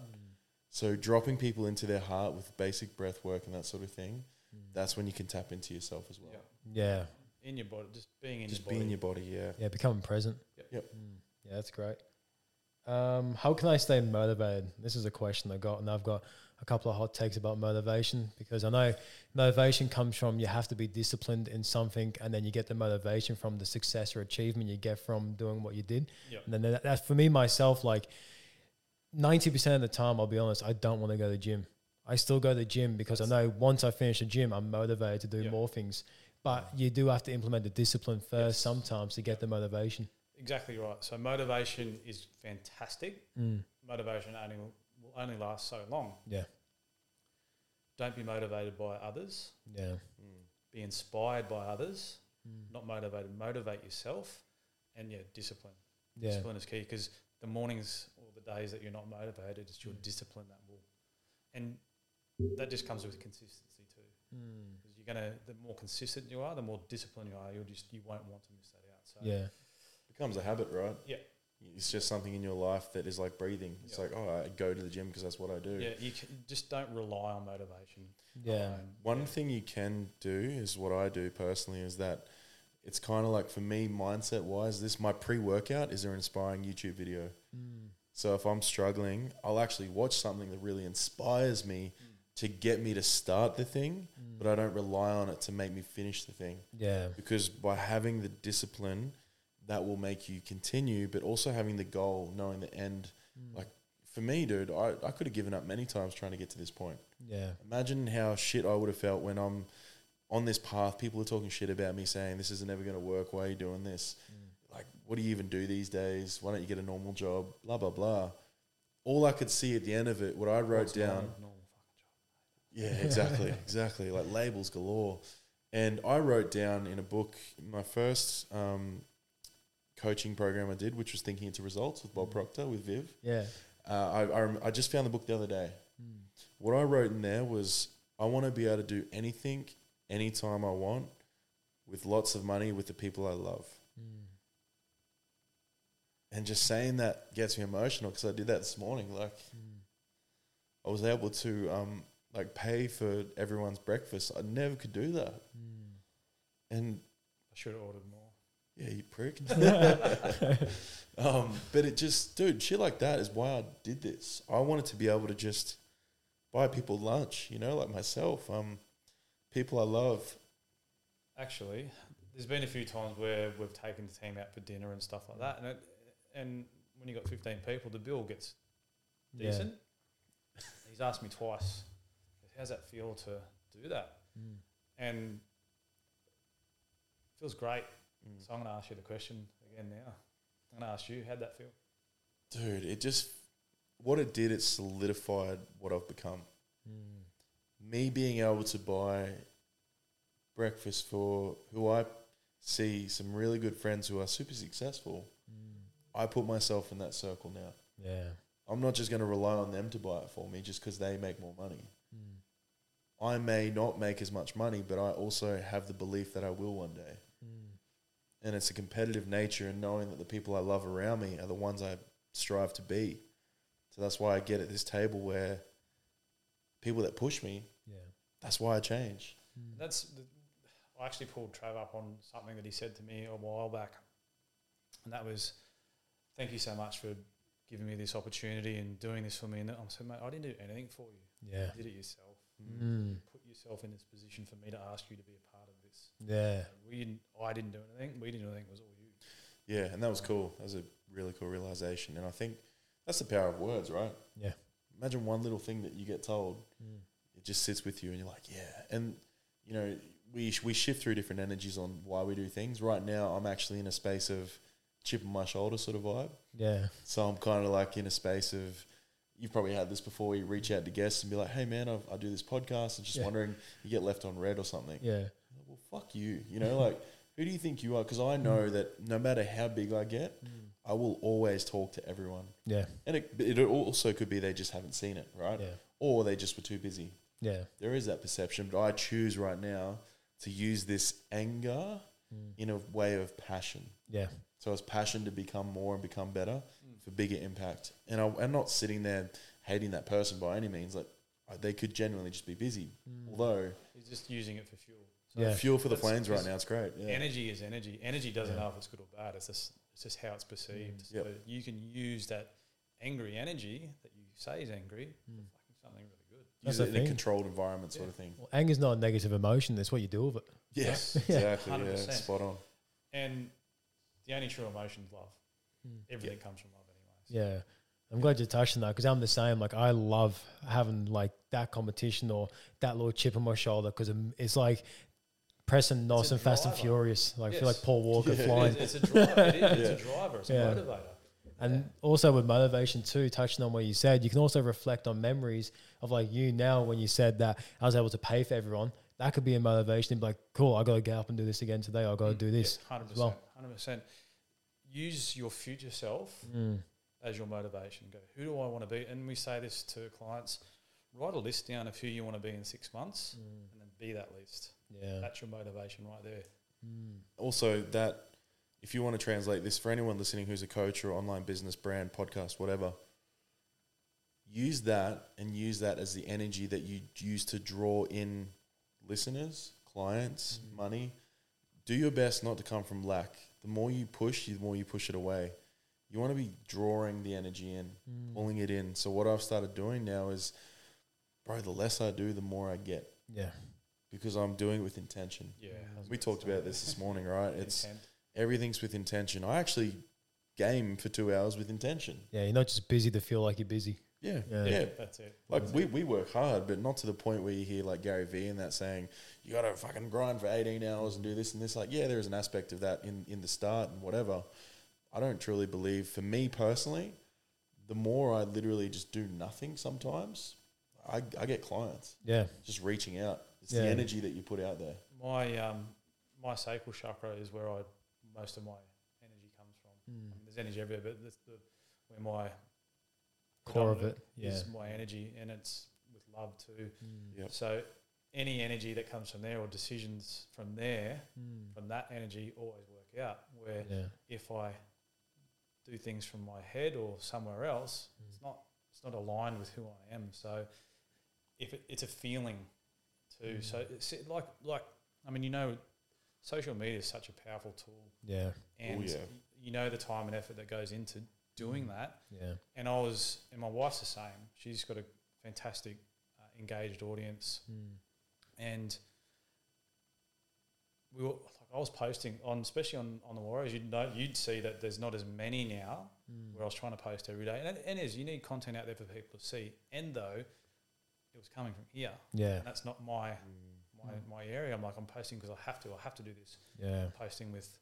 so dropping people into their heart with basic breath work and that sort of thing that's when you can tap into yourself as well Mm. Yeah. Yeah. In your body, just being in just your body. be in your body yeah Yeah. Becoming present. Yep. Yep. Mm, Yeah. That's great. Um, how can I stay motivated? This is a question I got, and I've got a couple of hot takes about motivation because I know motivation comes from you have to be disciplined in something, and then you get the motivation from the success or achievement you get from doing what you did. Yep. And then that, that's for me myself, like ninety percent of the time, I'll be honest, I don't want to go to the gym. I still go to the gym because I know once I finish the gym, I'm motivated to do Yeah. more things. But you do have to implement the discipline first Yes. sometimes to get the motivation. Exactly right. So motivation is fantastic. Mm. Motivation only will only last so long. Yeah, Don't be motivated by others. yeah, Mm. Be inspired by others. Mm. Not motivated. Motivate yourself, and yeah, discipline. yeah, Discipline is key because the mornings or the days that you're not motivated, it's your discipline that will, and that just comes with consistency too. Mm. Because you're gonna, the more consistent you are, the more disciplined you are. You'll just, you won't want to miss that out. So yeah, becomes a habit, right? Yeah. It's just something in your life that is like breathing. It's Yeah. like, oh, I go to the gym because that's what I do. yeah, you c- just don't rely on motivation. yeah. Um, One yeah. thing you can do is what I do personally is that it's kind of like for me, mindset wise, this my pre workout is an inspiring YouTube video. Mm. So if I'm struggling, I'll actually watch something that really inspires me to get me to start the thing, but I don't rely on it to make me finish the thing. yeah, because by having the discipline that will make you continue but also having the goal knowing the end like for me dude I, I could have given up many times trying to get to this point yeah, imagine how shit i would have felt when i'm on this path people are talking shit about me saying this is never going to work why are you doing this like what do you even do these days why don't you get a normal job blah blah blah all i could see at the end of it what i wrote What's normal- down normal fucking job? yeah, exactly, exactly. Like labels galore. And I wrote down in a book my first um, coaching program I did, which was Thinking into Results with Bob Proctor with Viv. yeah. Uh, I, I, rem- I just found the book the other day. Mm. What I wrote in there was I want to be able to do anything, anytime I want, with lots of money, with the people I love. Mm. And just saying that gets me emotional because I did that this morning. Like, Mm. I was able to um, like pay for everyone's breakfast. I never could do that. Mm. And I should have ordered more. Yeah, you prick. um, but it just, dude, shit like that is why I did this. I wanted to be able to just buy people lunch, you know, like myself. Um, people I love. Actually, there's been a few times where we've taken the team out for dinner and stuff like that, and it, and when you got 15 people, the bill gets Yeah. decent. He's asked me twice, how's that feel to do that? Mm. And it feels great. So I'm going to ask you the question again now. I'm going to ask you, how'd that feel? Dude, it just, what it did, it solidified what I've become. Mm. Me being able to buy breakfast for who I see some really good friends who are super successful, Mm. I put myself in that circle now. Yeah. I'm not just going to rely on them to buy it for me just because they make more money. Mm. I may not make as much money, but I also have the belief that I will one day. Mm. And it's a competitive nature and knowing that the people I love around me are the ones I strive to be. So that's why I get at this table where people that push me, Yeah. that's why I change. That's the, I actually pulled Trav up on something that he said to me a while back. And that was, thank you so much for giving me this opportunity and doing this for me. And I said, mate, I didn't do anything for you. Yeah. You did it yourself. Mm. Put yourself in this position for me to ask you to be a part of this. Yeah. We didn't, I didn't do anything. We didn't do anything. It was all you. Yeah, and that was cool. That was a really cool realization. And I think that's the power of words, right? Yeah. Imagine one little thing that you get told, Mm. it just sits with you, and you're like, yeah. And, you know, we, sh- we shift through different energies on why we do things. Right now, I'm actually in a space of chip on my shoulder sort of vibe. Yeah. So I'm kind of like in a space of, you've probably had this before, you reach out to guests and be like, hey, man, I've, I do this podcast. I'm just Yeah. wondering, you get left on red or something. Yeah. Well, fuck you. You know, like, who do you think you are? Because I Mm. know that no matter how big I get, I will always talk to everyone. Yeah. And it, it also could be they just haven't seen it, right? Yeah. Or they just were too busy. Yeah. There is that perception, but I choose right now to use this anger in a way of passion. Yeah. So it's passion to become more and become better for bigger impact. And I, I'm not sitting there hating that person by any means. Like uh, they could genuinely just be busy. Although He's just using it for fuel. So Yeah. fuel for the That's- flames right that's- now, it's great. Yeah. Energy is energy. Energy doesn't Yeah. know if it's good or bad. It's just it's just how it's perceived. Mm. Yep. So you can use that angry energy that you say is angry for fucking something really good. That's Use the it in a thing. controlled environment sort Yeah. of thing. Well, anger's not a negative emotion. That's what you do with it. Yes, Yeah. exactly. Yeah, 100%. spot on. And the only true emotion is love. Mm. Everything comes from love, anyways. Yeah. I'm glad you touched on that because I'm the same. Like I love having like that competition or that little chip on my shoulder because it's like pressing nice a and fast and driver. furious. Like I feel like Yes. Paul Walker Yeah. flying. It's, it's a driver. It is, Yeah. It's a driver. It's Yeah. a motivator. And also with motivation too, touching on what you said, you can also reflect on memories of like you now when you said that I was able to pay for everyone. That could be a motivation. to be like, cool, I got to get up and do this again today. I got to do this. Hundred as well. percent. Hundred percent. Use your future self Mm. as your motivation. Go, who do I want to be? And we say this to clients: write a list down of who you want to be in six months, Mm. and then be that list. Yeah. That's your motivation right there. Mm. Also, that if you want to translate this for anyone listening who's a coach or online business brand, podcast, whatever, use that and use that as the energy that you use to draw in listeners, clients, money. Do your best not to come from lack. The more you push, the more you push it away. You want to be drawing the energy in, pulling it in. So, what I've started doing now is, bro, the less I do, the more I get Yeah. because I'm doing it with intention. Yeah, We talked about this this morning, right? It's Intent. everything's with intention. I actually game for two hours with intention. Yeah. You're not just busy to feel like you're busy. Yeah. Yeah. Yeah. That's it. Like we, we work hard, but not to the point where you hear like Gary Vee and that saying, you gotta fucking grind for eighteen hours and do this and this. Like, yeah, there is an aspect of that in, in the start and whatever. I don't truly believe for me personally, the more I literally just do nothing sometimes, I, I get clients. Yeah. Just reaching out. It's Yeah. the energy that you put out there. My um, my sacral chakra is where I most of my energy comes from. Mm. I mean, there's energy everywhere, but that's the where my Core of predominant it. Yeah. is my energy, and it's with love too. Mm. Yep. So any energy that comes from there or decisions from there, Mm. from that energy, always work out. Where Yeah. if I do things from my head or somewhere else, it's not it's not aligned with who I am. So if it, it's a feeling too, so it's it- like like I mean, you know, social media is such a powerful tool, Oh, Yeah. and yeah. y- you know the time and effort that goes into doing that. Yeah. And I was, and my wife's the same. She's got a fantastic uh, engaged audience Mm. and we were, like I was posting on, especially on, on the Warriors, you'd know, you'd see that there's not as many now where I was trying to post every day. And, and it is, you need content out there for people to see. And though it was coming from here Yeah. and that's not my, my, my area. I'm like, I'm posting because I have to, I have to do this. Yeah. I'm posting with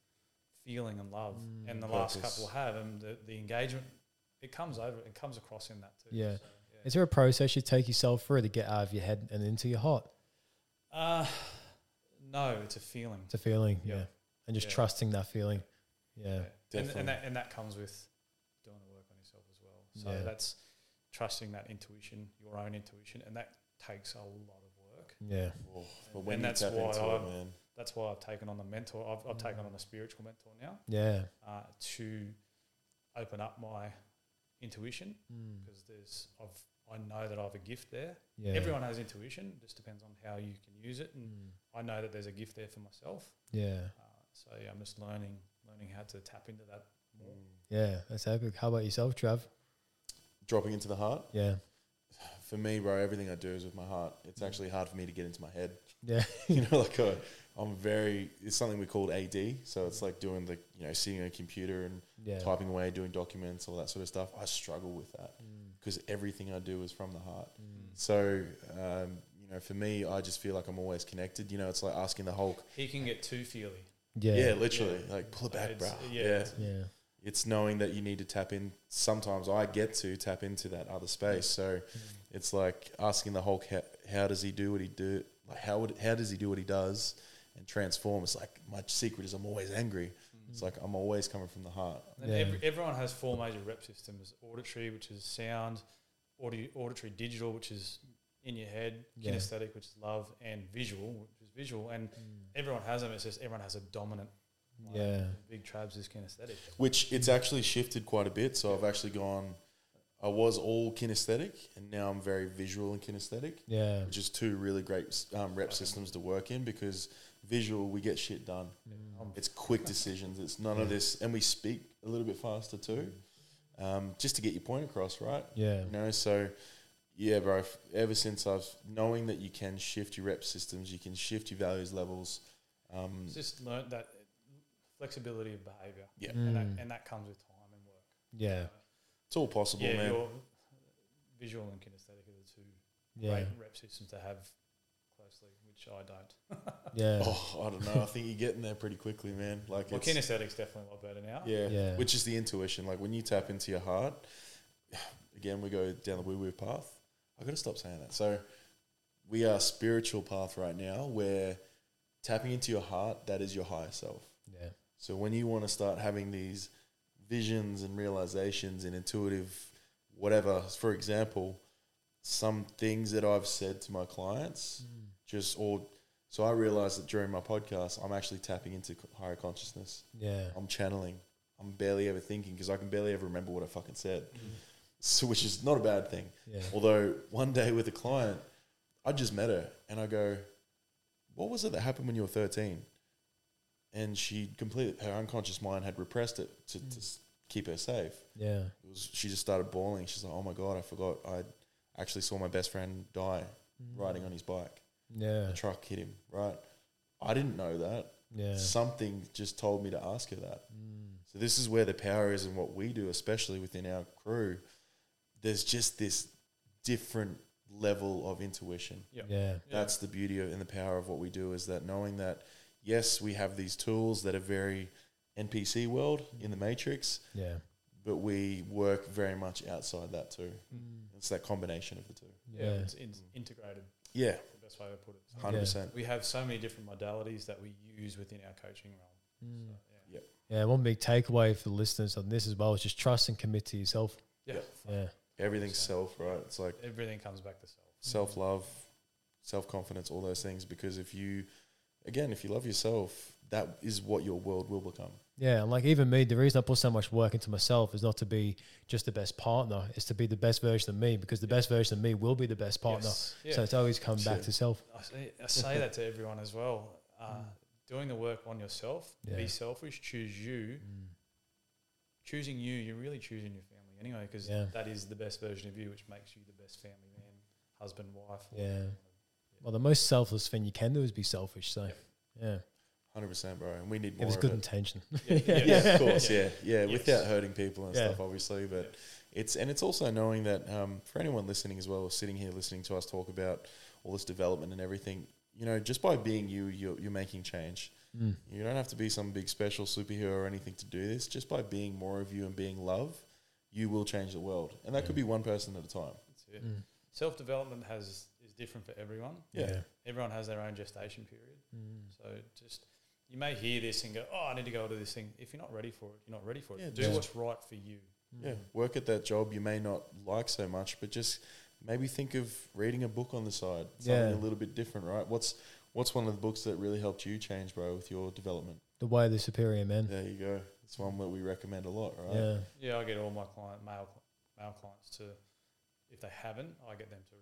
feeling and love. Mm. and the last Purpose. couple I have and the, the engagement, it comes over, it comes across in that too. Yeah. So, yeah. Is there a process you take yourself through to get out of your head and into your heart? uh, no, it's a feeling. It's a feeling. Yeah. Yeah. And just Yeah. trusting that feeling. Yeah. Yeah. And, Definitely. and that and that comes with doing the work on yourself as well. So Yeah. that's trusting that intuition, your own intuition, and that takes a lot of work. Yeah. Oh, but And- when and you that's tap why into I- it, man. That's why I've taken on the mentor. I've, I've Mm. taken on a spiritual mentor now Yeah. uh, to open up my intuition Mm. because there's I've I know that I have a gift there. Yeah. Everyone has intuition. Just depends on how you can use it. And Mm. I know that there's a gift there for myself. Yeah. Uh, so yeah, I'm just learning learning how to tap into that Yeah, that's epic. How about yourself, Trav? Dropping into the heart. Yeah. For me, bro, everything I do is with my heart. It's actually hard for me to get into my head. Yeah. you know, like i I'm very. It's something we called AD. So it's like doing the you know sitting on a computer and Yeah. typing away, doing documents, all that sort of stuff. I struggle with that because everything I do is from the heart. Mm. So um, you know, for me, I just feel like I'm always connected. You know, it's like asking the Hulk. He can get too feely. Yeah. Yeah, Yeah. literally, like pull it back, It's- bro. yeah, yeah, it's- Yeah. it's knowing that you need to tap in. Sometimes I get to tap into that other space. So it's like asking the Hulk, how, how does he do what he do? Like how would how does he do what he does and transform? It's like my secret is I'm always angry. Mm. It's like I'm always coming from the heart. And Yeah. every, everyone has four major rep systems: auditory, which is sound; audi, auditory digital, which is in your head; Yeah. kinesthetic, which is love; and visual, which is visual. And everyone has them. It's just everyone has a dominant. one. Yeah. Big Trabs is kinesthetic. Which it's actually shifted quite a bit. So I've actually gone. I was all kinesthetic, and now I'm very visual and kinesthetic. Yeah. Which is two really great um, rep systems to work in because visual, we get shit done. I'm- It's quick decisions. It's none of this, and we speak a little bit faster too, um, just to get your point across, right? Yeah. You know, so yeah, bro. f- Ever since I've knowing that you can shift your rep systems, you can shift your values levels. Um, It's just learn that flexibility of behavior, yeah, and, Mm. that, and that comes with time and work. Yeah. it's all possible, yeah, man. your visual and kinesthetic are the two Yeah. great rep systems to have closely, which I don't. Yeah. Oh, I don't know. I think you're getting there pretty quickly, man. Like, Well, it's, kinesthetic's definitely a lot better now. yeah, Yeah. which is the intuition. Like when you tap into your heart, again, we go down the woo woo path. I gotta stop saying that. So we are spiritual path right now where tapping into your heart, that is your higher self. Yeah. So when you want to start having these visions and realizations and intuitive whatever, for example, some things that I've said to my clients, just or so I realized that during my podcast, I'm actually tapping into c- higher consciousness. Yeah. I'm channeling. I'm barely ever thinking because I can barely ever remember what I fucking said, so, which is not a bad thing. Yeah. Although one day with a client, I just met her and I go, "What was it that happened when you were 13?" And she completely her unconscious mind had repressed it to, to Mm. s- keep her safe. Yeah. It was, she just started bawling. She's like, "Oh my god, I forgot. I actually saw my best friend die riding on his bike. Mm. Yeah. A truck hit him. Right? I didn't know that Yeah. Mm. something just told me to ask her that. So this is where the power is in what we do, especially within our crew. There's just this different level of intuition. Yeah. That's the beauty of, and the power of what we do is that knowing that yes, we have these tools that are very NPC world in the matrix, Yeah. but we work very much outside that too. Mm-hmm. Mm. It's that combination of the two. Yeah, Yeah. it's, it's integrated. Yeah, That's the best way to put it. So hundred percent. we have so many different modalities that we use within our coaching realm. Mm. So, yeah. Yeah. One big takeaway for the listeners on this as well is just trust and commit to yourself. Yeah. Yeah. Everything's self, right? It's like everything comes back to self. self love, self confidence, all those things. Because if you, again, if you love yourself, that is what your world will become. Yeah, and like even me, the reason I put so much work into myself is not to be just the best partner, it's to be the best version of me because the best version of me will be the best partner. Yes. Yeah. So it's always come back Sure. to self. I say, I say that to everyone as well. Uh, Doing the work on yourself, Mm. Yeah. be selfish, choose you. Choosing you, you're really choosing your family anyway, because Yeah. that is the best version of you, which makes you the best family man, husband, wife. Yeah. Well, the most selfless thing you can do is be selfish. So, yeah, Hundred percent, bro. And we need it more. was of good it. intention. Yeah, yeah, yeah, of course, yeah, yeah, Yes. without hurting people and Yeah. stuff, obviously. But it's and it's also knowing that um, for anyone listening as well, or sitting here listening to us talk about all this development and everything, you know, just by being you, you're, you're making change. Mm. You don't have to be some big special superhero or anything to do this. Just by being more of you and being love, you will change the world, and that could be one person at a time. That's Mm. it. Self development has is different for everyone. Yeah. Everyone has their own gestation period. So just you may hear this and go, "Oh, I need to go do this thing." If you're not ready for it, you're not ready for it. Yeah, do just- what's right for you. Yeah, work at that job you may not like so much, but just maybe think of reading a book on the side, something Yeah. a little bit different, right? What's what's one of the books that really helped you change, bro, with your development? The way of the superior man. There you go. It's one that we recommend a lot, right? Mm. Yeah, Yeah, I get all my client male male clients to if they haven't, I get them to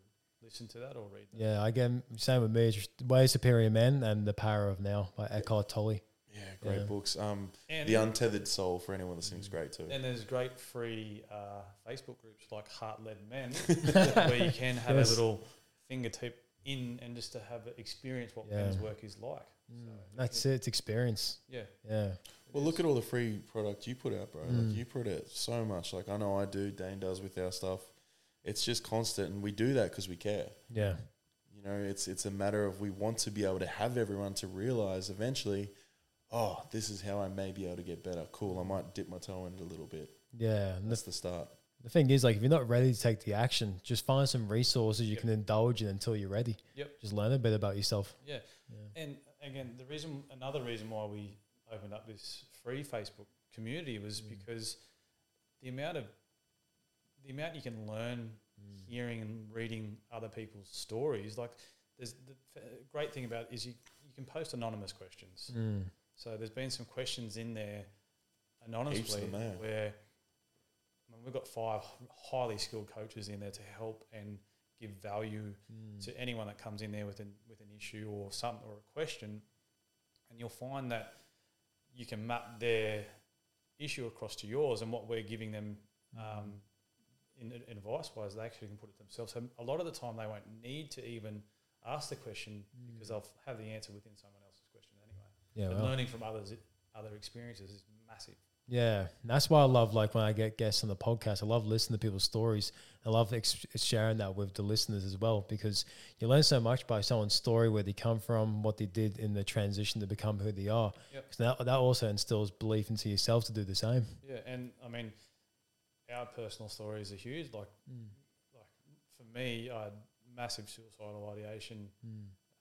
listen to that or read that. yeah. Again, same with me. Just the way of superior man and the power of now by Eckhart Tolle. Yeah, great Yeah. books. Um, And The Untethered Soul for anyone listening is great too. And there's great free uh, Facebook groups like Heart Led Men, where you can have Yes. a little fingertip in and just to have a- experience what Yeah. Mm, Ben's work is like. So That's it. It's experience. Yeah. Yeah. Well, look at all the free product you put out, bro. Mm. Like you put out so much. Like I know I do. Dane does with our stuff. It's just constant, and we do that because we care. Yeah. You know, it's it's a matter of we want to be able to have everyone to realize eventually, oh, this is how I may be able to get better. Cool, I might dip my toe in it a little bit. Yeah. And That's the, the start. the thing is, like, if you're not ready to take the action, just find some resources you Yep. can indulge in until you're ready. Yep. Just learn a bit about yourself. Yeah. Yeah. And again, the reason, another reason why we opened up this free Facebook community was Mm. because the amount of the amount you can learn hearing and reading other people's stories. Like, there's the f- great thing about it is you you can post anonymous questions. Mm. So there's been some questions in there Heaps of anonymously them there. where I mean, we've got five highly skilled coaches in there to help and give value Mm. to anyone that comes in there with an with an issue or some or a question, and you'll find that you can map their issue across to yours and what we're giving them um, in, in advice wise, they actually can put it themselves. So a lot of the time, they won't need to even ask the question because they'll f- have the answer within someone else's question anyway. Yeah. But well. learning from others, other experiences is massive. Yeah, and that's why I love like when I get guests on the podcast. I love listening to people's stories. I love ex- sharing that with the listeners as well because you learn so much by someone's story, where they come from, what they did in the transition to become who they are. Yep. 'Cause that that also instills belief into yourself to do the same. Yeah, and I mean, our personal stories are huge. Like, like for me, I had massive suicidal ideation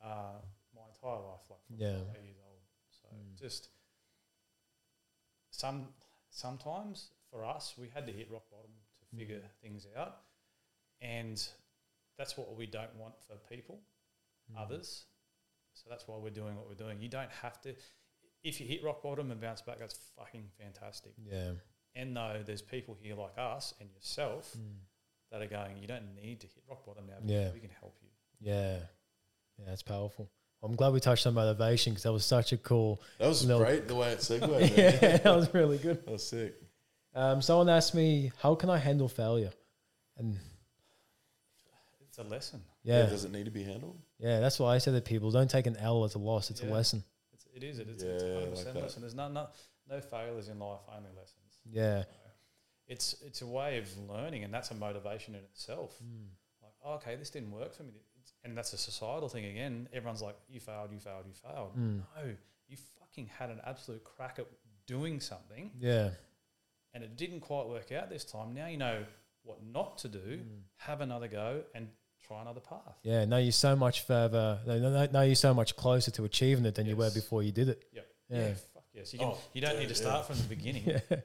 uh, my entire life, like from Yeah. yeah. eight years old. So Mm. just some sometimes for us, we had to hit rock bottom Hmm. to figure things out, and that's what we don't want for people, Hmm. others. So that's why we're doing what we're doing. You don't have to. If you hit rock bottom and bounce back, that's fucking fantastic. Yeah, And though there's people here like us and yourself Mm. that are going, you don't need to hit rock bottom now. because Hmm. Yeah. we can help you. yeah, yeah. That's powerful. I'm glad we touched on motivation because that was such a cool. That was Little- great the way it segued. yeah, man. that was really good. That was sick. Um, someone asked me, "How can I handle failure?" And It's a lesson. Yeah. yeah, Does it need to be handled? Yeah, that's why I say to people: don't take an L as a loss; it's a Yeah. lesson. It's, it is. It, it's Yeah, it's I hundred like percent that. lesson. There's no, no no failures in life, only lessons. Yeah, It's it's a way of learning, and that's a motivation in itself. Hmm. Like, oh, okay, this didn't work for me, it's, and that's a societal thing again. Everyone's like, you failed, you failed, you failed. Hmm. No, you fucking had an absolute crack at doing something, yeah, and it didn't quite work out this time. Now you know what not to do. Mm. Have another go and try another path. Hmm. yeah. Now you're so much further. no- no- no- Now you're so much closer to achieving it than you were Yes. before you did it. Yep. Yeah. fuck yes. You, can, Oh, you don't dude, need to yeah. start from the beginning. yeah.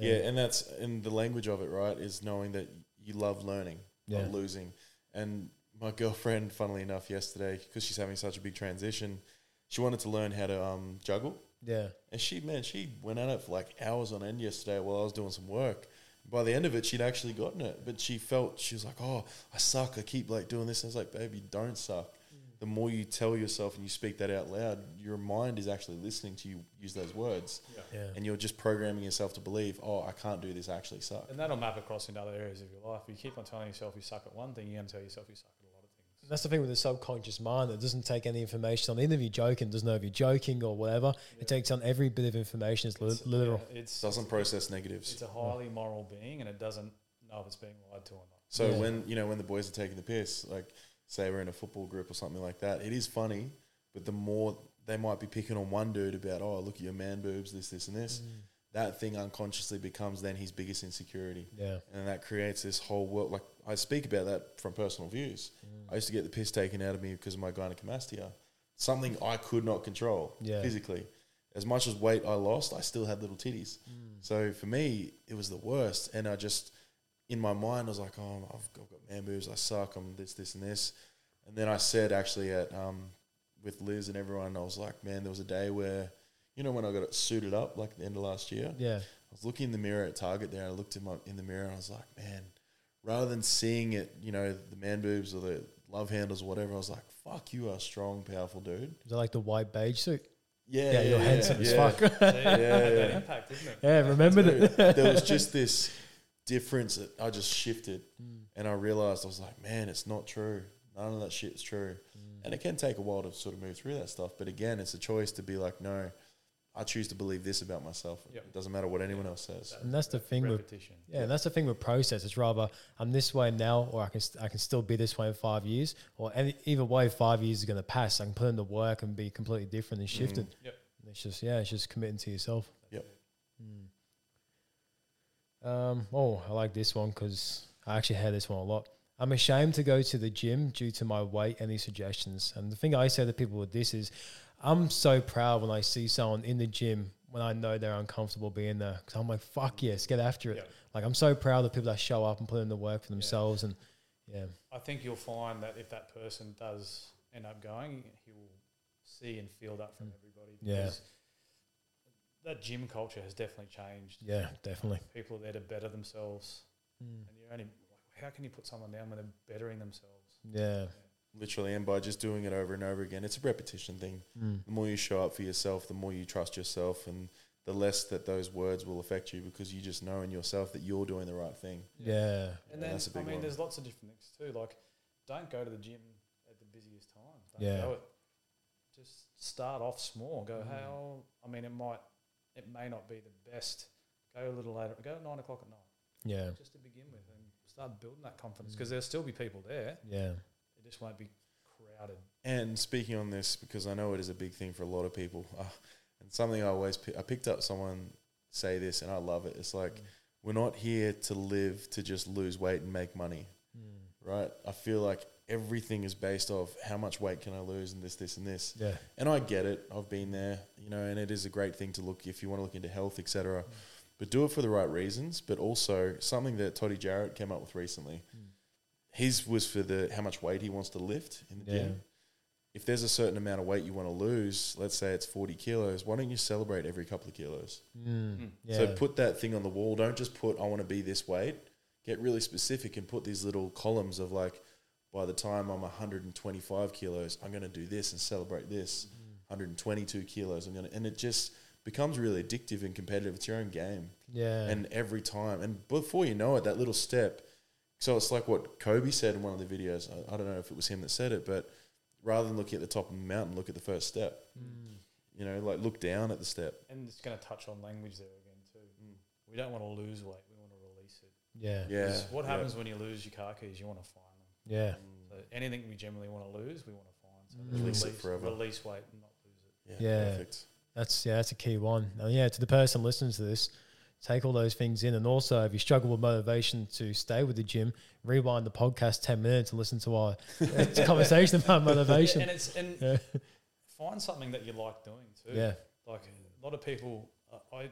Yeah. and that's and the language of it, right? Is knowing that you love learning, Yeah. not losing. And my girlfriend, funnily enough, yesterday because she's having such a big transition, she wanted to learn how to um, juggle. Yeah, And she, man, she went at it for like hours on end yesterday while I was doing some work. By the end of it, she'd actually gotten it, but she felt she was like, "Oh, I suck. I keep like doing this." And I was like, "Babe, you don't suck. The more you tell yourself and you speak that out loud, your mind is actually listening to you use those words, yeah, and you're just programming yourself to believe, "Oh, I can't do this. I actually suck." And that'll map across into other areas of your life. You keep on telling yourself you suck at one thing, you're going to tell yourself you suck at a lot of things. That's the thing with the subconscious mind that doesn't take any information on. Even if you're joking, doesn't know if you're joking or whatever. It takes on every bit of information. It's, li- literal. Yeah, it's, Doesn't process negatives. it's a highly moral being and it doesn't know if it's being lied to or not. So Yeah. when you know when the boys are taking the piss, like say we're in a football group or something like that, it is funny. But the more they might be picking on one dude about, oh look at your man boobs, this, this, and this, Mm. that thing unconsciously becomes then his biggest insecurity, Yeah, and that creates this whole world. Like I speak about that from personal views. Mm. I used to get the piss taken out of me because of my gynecomastia, something I could not control Yeah. physically. As much as weight I lost, I still had little titties. Mm. So for me, it was the worst, and I just in my mind, I was like, oh, I've got, I've got man boobs. I suck. I'm this, this, and this. And then I said actually at um, with Liz and everyone, I was like, man, there was a day where, you know, when I got suited up like the end of last year, yeah, I was looking in the mirror at Target there. And I looked in my in the mirror and I was like, man, rather than seeing it, you know, the man boobs or the love handles or whatever, I was like, fuck, you are a strong, powerful dude. is that like the white beige suit? Yeah, Yeah, you're handsome as fuck. See, it had that yeah. impact, didn't it? Yeah, remember that. Dude, there was just this difference that I just shifted Mm. and I realized I was like, man, it's not true. None of that shit's true. Mm. And it can take a while to sort of move through that stuff. But again, it's a choice to be like, no, I choose to believe this about myself. Yep. It doesn't matter what anyone else says. And that's the thing with Repetition. yeah, and that's the thing with process. It's rather I'm this way now, or I can st- I can still be this way in five years, or any, either way, five years is going to pass. I can put in the work and be completely different and shifted. Yep. And It's just yeah, it's just committing to yourself. Yep. Um, oh, I like this one because I actually hear this one a lot. I'm ashamed to go to the gym due to my weight. Any suggestions? And the thing I say to people with this is, I'm so proud when I see someone in the gym when I know they're uncomfortable being there because I'm like, fuck yes, get after it. Yeah. Like I'm so proud of people that show up and put in the work for themselves and yeah, I think you'll find that if that person does end up going, he will see and feel that from everybody. Mm. Yeah. That gym culture has definitely changed. yeah, definitely. People are there to better themselves, and you're only like, how can you put someone down when they're bettering themselves? Yeah, Literally, and by just doing it over and over again, it's a repetition thing. The more you show up for yourself, the more you trust yourself, and the less that those words will affect you because you just know in yourself that you're doing the right thing. yeah, And Yeah, then that's a I big mean, one. there's lots of different things too. Like, don't go to the gym at the busiest time. Don't Yeah. go it. Just start off small. Mm. Go, hey, I'll, I mean, it might, it may not be the best. Go a little later. Go at nine o'clock at night, yeah, just to begin with, and start building that Mm. confidence because there'll still be people there. yeah, It just won't be crowded. And speaking on this, because I know it is a big thing for a lot of people, uh, and something I always pi- I picked up someone say this, and I love it. It's like we're not here to live to just lose weight and make money, right? I feel like everything is based off how much weight can I lose and this, this, and this. yeah, And I get it. I've been there, you know, and it is a great thing to look if you want to look into health, Mm. etc. But do it for the right reasons. But also something that Toddy Jarrett came up with recently. Mm. His was for the how much weight he wants to lift in the Yeah. gym. If there's a certain amount of weight you want to lose, let's say it's 40 kilos, why don't you celebrate every couple of kilos? yeah. Mm. So put that thing on the wall. Don't just put I want to be this weight. Get really specific and put these little columns of like, by the time I'm 125 kilos, I'm going to do this and celebrate this. 122 kilos, I'm going to, and it just becomes really addictive and competitive. It's your own game, yeah, and every time, and before you know it, that little step. So it's like what Kobe said in one of the videos. I, I don't know if it was him that said it, but rather than looking at the top of the mountain, look at the first step. You know, like look down at the step. And it's going to touch on language there again too. We don't want to lose weight. We want to release it. yeah, yeah, Mm. Yeah. 'Cause What yeah. happens when you lose your car keys? You want to find them. yeah, Mm. So anything we generally want to lose, we want to find. So Mm. let's Release release, it forever. release weight and not lose it. Yeah. Yeah. Perfect. That's yeah, that's a key one. And yeah, to the person listening to this, take all those things in. And also, if you struggle with motivation to stay with the gym, rewind the podcast ten minutes and listen to our conversation about motivation. And it's and Yeah, find something that you like doing too. yeah, Like a lot of people, uh, I, I-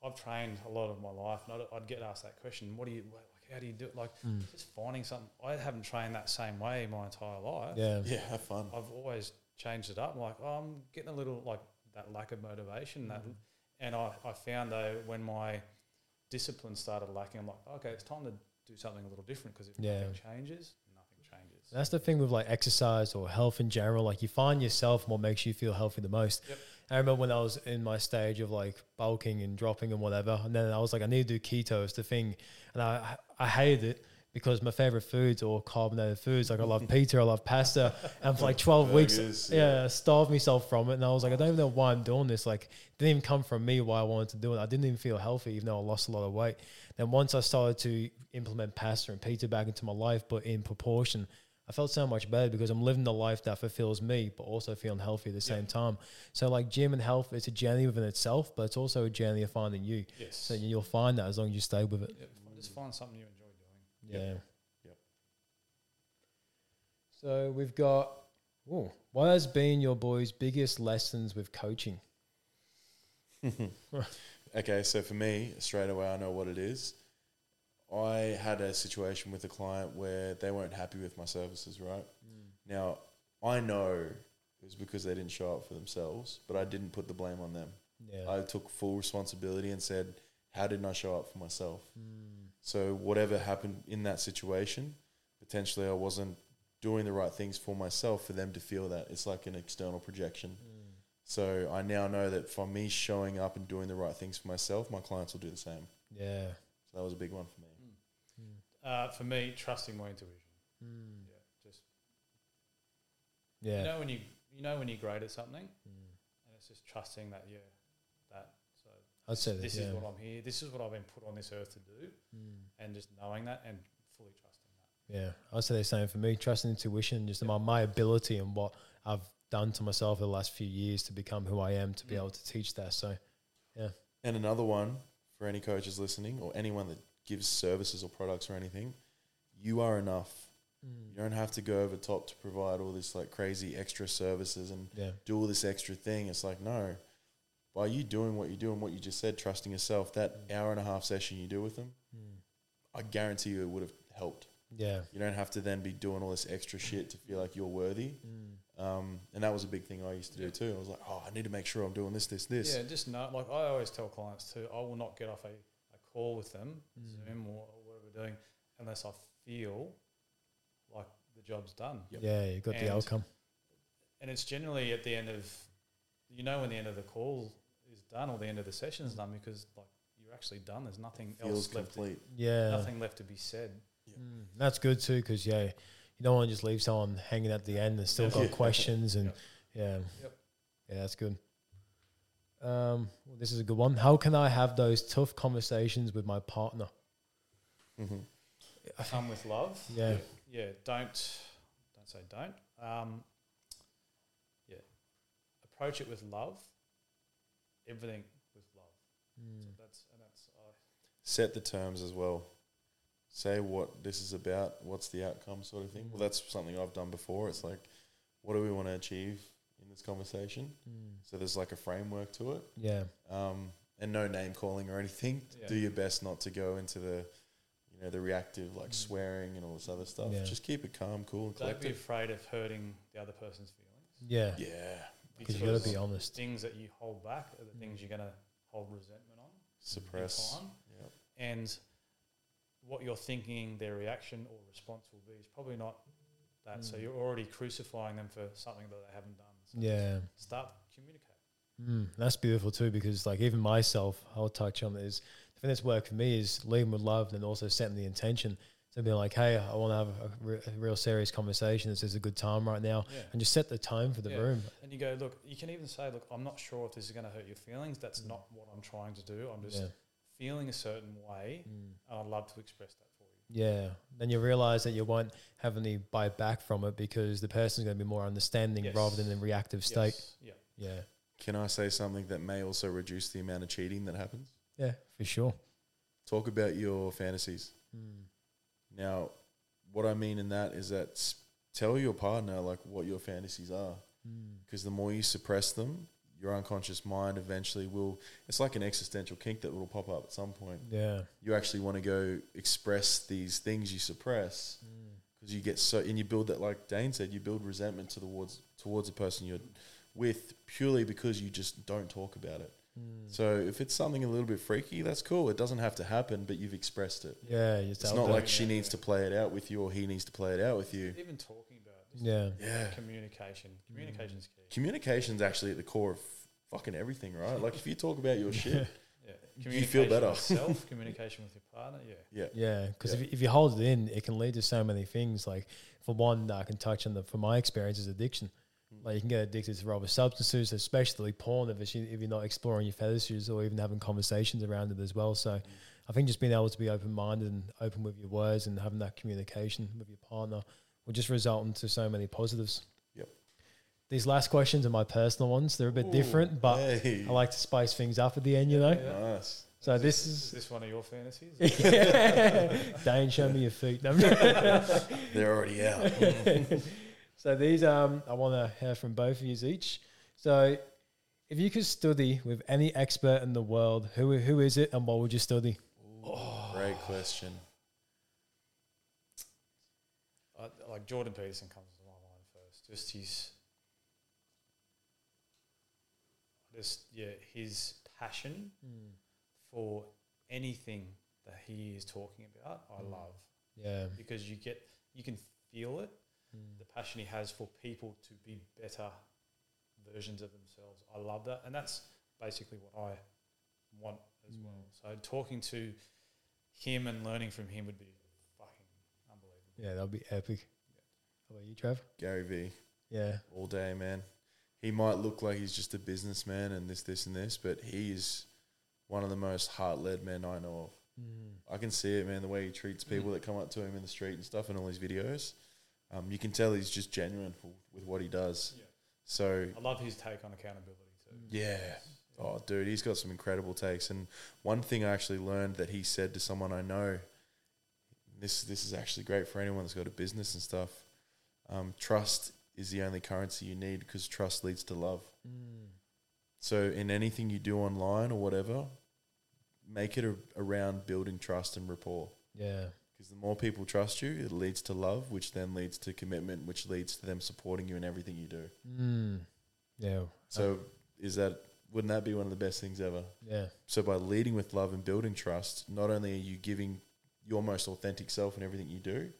I've trained a lot of my life, and I'd, I'd get asked that question: What do you like? How do you do it? Like just finding something. I haven't trained that same way my entire life. yeah, Yeah, have fun. I've always changed it up. Like oh, I'm getting a little like that lack of motivation. Mm-hmm. That, and I, I found though when my discipline started lacking, I'm like, okay, it's time to do something a little different because if Yeah. nothing changes, nothing changes. That's the thing with like exercise or health in general. Like you find yourself and what makes you feel healthy the most. Yep. I remember when I was in my stage of like bulking and dropping and whatever, and then I was like, I need to do keto. It's the thing, and I I hated it because my favorite foods are all carbonated foods. Like I love pizza, I love pasta, and for like twelve weeks, Burgers, yeah, I starved myself from it. And I was like, I don't even know why I'm doing this. Like, it didn't even come from me why I wanted to do it. I didn't even feel healthy, even though I lost a lot of weight. Then once I started to implement pasta and pizza back into my life, but in proportion, I felt so much better because I'm living the life that fulfills me, but also feeling healthy at the same time. So, like, gym and health, it's a journey within itself, but it's also a journey of finding you. Yes. So, you'll find that as long as you stay with it. Yeah, f- just find something you enjoy doing. Yeah. Yep. So we've got. Ooh, what has been your boys' biggest lessons with coaching? Okay, so for me, straight away, I know what it is. I had a situation with a client where they weren't happy with my services, right? Now, I know it was because they didn't show up for themselves, but I didn't put the blame on them. Yeah. I took full responsibility and said, How didn't I show up for myself? So, whatever happened in that situation, potentially I wasn't doing the right things for myself for them to feel that. It's like an external projection. So I now know that for me showing up and doing the right things for myself, my clients will do the same. Yeah. So that was a big one for me. Uh, for me, trusting my intuition. Mm. Yeah, just Yeah. you know when you you know when you're great at something, and Mm. it's just trusting that yeah, that so I'd say that, this yeah. is what I'm here. This is what I've been put on this earth to do, Mm. and just knowing that and fully trusting that. Yeah, I'd say the same for me. Trusting intuition, just my, my ability and what I've done to myself the last few years to become who I am, to be Mm. able to teach that. So, And another one for any coaches listening or anyone that gives services or products or anything, you are enough. You don't have to go over top to provide all this like crazy extra services and yeah, do all this extra thing. It's like, no, by you doing what you do and what you just said, trusting yourself, that hour and a half session you do with them, I guarantee you it would have helped. yeah, You don't have to then be doing all this extra shit to feel like you're worthy. Um, and that was a big thing I used to do too. I was like, oh, I need to make sure I'm doing this, this, this. Yeah, just know. Like I always tell clients too, I will not get off a, a call with them, Mm. Zoom or, or whatever we're doing, unless I feel like the job's done. Yep. yeah. You got the And- outcome. And it's generally at the end of, you know, when the end of the call is done or the end of the session's done because like you're actually done. There's nothing Feels else left. To, complete. Yeah, nothing left to be said. Mm. that's good too, because yeah, you don't want to just leave someone hanging at the end and still Yeah. got Yeah. questions and yeah, Yep. yeah, that's good. Um, well, this is a good one. How can I have those tough conversations with my partner? Mhm. Come with love. Yeah, yeah, don't don't say don't. Um, yeah, approach it with love. Everything with love. So Mm. that's and that's uh, I set the terms as well. Say what this is about, what's the outcome, sort of thing. Well, that's something I've done before. It's like, what do we want to achieve in this conversation? Mm. So there's like a framework to it, yeah, um, and no name calling or anything. Yeah. Do your best not to go into the, you know, the reactive like swearing and all this other stuff. Yeah. Just keep it calm, cool, and don't Mm. be collected. afraid of hurting the other person's feelings. yeah, Yeah, because you got to be because honest. Things that you hold back are the things you're gonna hold resentment on. in suppress. time, Yep. And what you're thinking their reaction or response will be is probably not that. So Mm. you're already crucifying them for something that they haven't done. So Yeah. Start communicating. Mm, that's beautiful too, because like even myself, I'll touch on is the thing that's worked for me is leading with love and also setting the intention to be like, hey, I want to have a, re- a real serious conversation. This is a good time right now, Yeah. and just set the tone for the Yeah. room. And you go, look, you can even say, look, I'm not sure if this is going to hurt your feelings. That's Mm. not what I'm trying to do. I'm just Yeah. feeling a certain way. Mm. And I'd love to express that for you. Yeah. Then you realize that you won't have any bite back from it because the person's going to be more understanding Yes. rather than in a reactive state. Yes. Yeah. Yeah. Can I say something that may also reduce the amount of cheating that happens? Yeah, for sure. Talk about your fantasies. Mm. Now, what I mean in that is that s- tell your partner like what your fantasies are, Mm. because the more you suppress them, your unconscious mind eventually will. It's like an existential kink that will pop up at some point. Yeah. You actually want to go express these things you suppress Mm. because you get so and you build that like Dane said, you build resentment to towards towards the person you're with purely because you just don't talk about it. Mm. So if it's something a little bit freaky, that's cool. It doesn't have to happen, but you've expressed it. Yeah. It's, It's out not there. like she needs to play it out with you or he needs to play it out with you. Even talking about this yeah. Yeah. Mm. communication. Communication's key. Communication's actually at the core of fucking everything, right? Like if you talk about your shit, Yeah. You feel Communication better. with yourself, communication with your partner. Yeah. Yeah, because Yeah. if, if you hold it in, it can lead to so many things. Like for one, I can touch on the for my experience is addiction. Mm. Like you can get addicted to rubber substances, especially porn, if, it's, if you're not exploring your fetishes or even having conversations around it as well. So, Mm. I think just being able to be open minded and open with your words and having that communication with your partner will just result into so many positives. Yep. These last questions are my personal ones. They're a bit different, but Hey. I like to spice things up at the end, you know. Yeah. nice. So this is Is this one of your fantasies? Dane, show me your feet. No, I'm joking. They're already out. so these, um, I want to hear from both of you each. So, if you could study with any expert in the world, who who is it, and what would you study? Great question. I, like Jordan Peterson comes to my mind first. Just his, just yeah, his passion Hmm. for anything that he is talking about. I Mm. love Yeah, because you get you can feel it. The passion he has for people to be better versions of themselves. I love that, and that's basically what I want as well. So talking to him and learning from him would be fucking unbelievable. Yeah, that'll be epic. How about you, Trav? Gary Vee. Yeah. all day, man. He might look like he's just a businessman and this, this, and this, but he is one of the most heart led men I know Hmm. of. I can see it, man, the way he treats people that come up to him in the street and stuff in all his videos. Um, you can tell he's just genuine for, with what he does. Yeah. Mm. So, I love his take on accountability too. yeah. Oh, dude, he's got some incredible takes. And one thing I actually learned that he said to someone I know, this this is actually great for anyone that's got a business and stuff. Um, trust is the only currency you need because trust leads to love. So in anything you do online or whatever, make it a, around building trust and rapport. Yeah. Because the more people trust you, it leads to love, which then leads to commitment, which leads to them supporting you in everything you do. Mm. Yeah. So is that wouldn't that be one of the best things ever? Yeah. So by leading with love and building trust, not only are you giving your most authentic self in everything you do,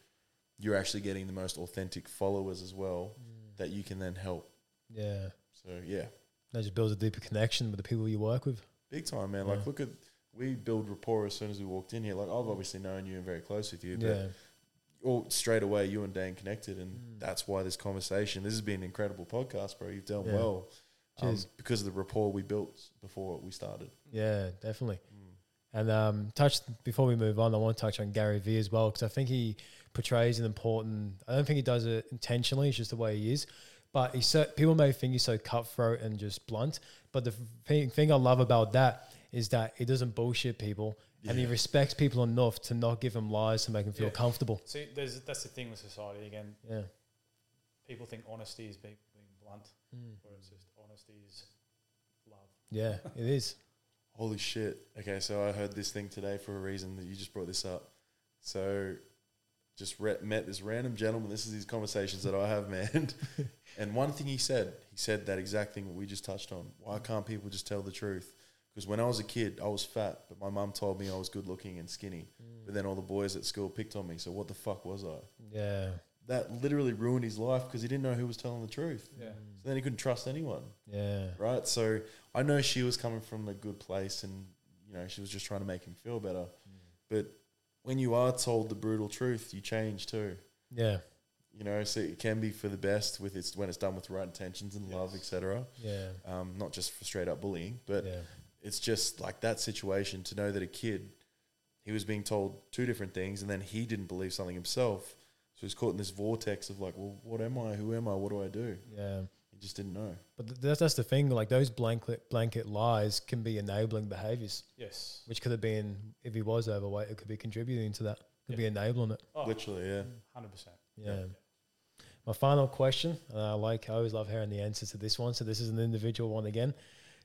you're actually getting the most authentic followers as well that you can then help. Yeah. So yeah, That just builds a deeper connection with the people you work with. big time, man. Like Yeah. look at we build rapport as soon as we walked in here. Like I've obviously known you and very close with you, but Yeah. Mm. all straight away you and Dan connected, and that's why this conversation. This has been an incredible podcast, bro. You've done Yeah. well um, Cheers. because of the rapport we built before we started. Yeah, definitely. Mm. And um, touch before we move on, I want to touch on Gary Vee as well because I think he portrays an important. I don't think he does it intentionally; it's just the way he is. But he's so people may think he's so cutthroat and just blunt. But the thing, thing I love about that is that he doesn't bullshit people, and he respects people enough to not give them lies to make them feel Yeah. Mm. comfortable. See, there's that's the thing with society again. Yeah, People think honesty is being, being blunt, whereas just honesty is love. yeah, it is. Holy shit. Okay, so I heard this thing today for a reason that you just brought this up. So just re- met this random gentleman. This is these conversations that I have, man. and one thing he said, he said that exact thing we just touched on. Why can't people just tell the truth? Because when I was a kid, I was fat, but my mum told me I was good looking and skinny. Mm. But then all the boys at school picked on me. So what the fuck was I? Yeah, That literally ruined his life because he didn't know who was telling the truth. Yeah. So then he couldn't trust anyone yeah, right? So I know she was coming from a good place, and you know she was just trying to make him feel better. But when you are told the brutal truth, you change too. yeah, You know, so it can be for the best with it's when it's done with right intentions and love, etc. yeah, Um, not just for straight up bullying, but yeah, it's just like that situation to know that a kid he was being told two different things and then he didn't believe something himself so he's caught in this vortex of like well what am i who am i what do i do yeah. he just didn't know But th- that's, that's the thing. Like those blanket blanket lies can be enabling behaviors, Yes. which could have been if he was overweight, it could be contributing to that. Could be enabling it. Oh, literally yeah hundred percent. Yeah. My final question. And I like. I always love hearing the answers to this one. So this is an individual one again.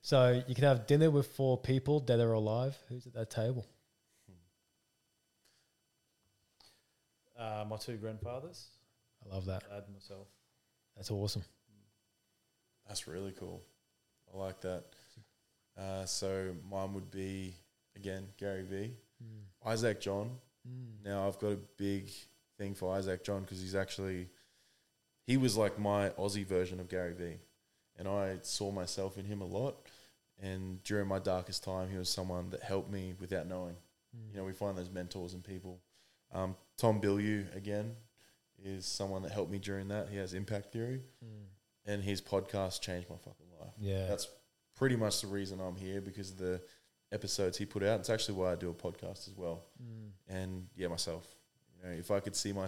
So you can have dinner with four people, dead or alive. Who's at that table? Uh, my two grandfathers, I love that. dad and myself. That's awesome. That's really cool. I like that. Uh, so mine would be again Gary V, Isaac John. Now I've got a big thing for Isaac John because he's actually he was like my Aussie version of Gary V, and I saw myself in him a lot. And during my darkest time, he was someone that helped me without knowing. You know, we find those mentors and people. Um, Tom Bilyeu again is someone that helped me during that. He has impact theory and his podcast changed my fucking life. Yeah. That's pretty much the reason I'm here because of the episodes he put out. It's actually why I do a podcast as well. Mm. And yeah, myself. You know, if I could see my,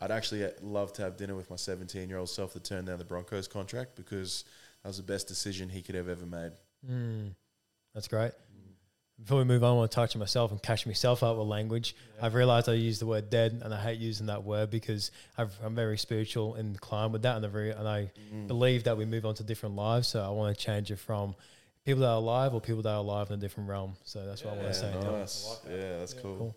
I'd actually uh, love to have dinner with my 17 year old self that turned down the Broncos contract because that was the best decision he could have ever made. Mm, that's great. Mm. Before we move on, I want to touch on myself and catch myself up with language. I've realized I use the word dead and I hate using that word because I've, I'm very spiritual and inclined with that. And, I very, and I Mm. believe that we move on to different lives. So I want to change it from people that are alive or people that are alive in a different realm. So that's what I want Yeah, to say. no. All nice. I like that. Yeah, that's cool. cool.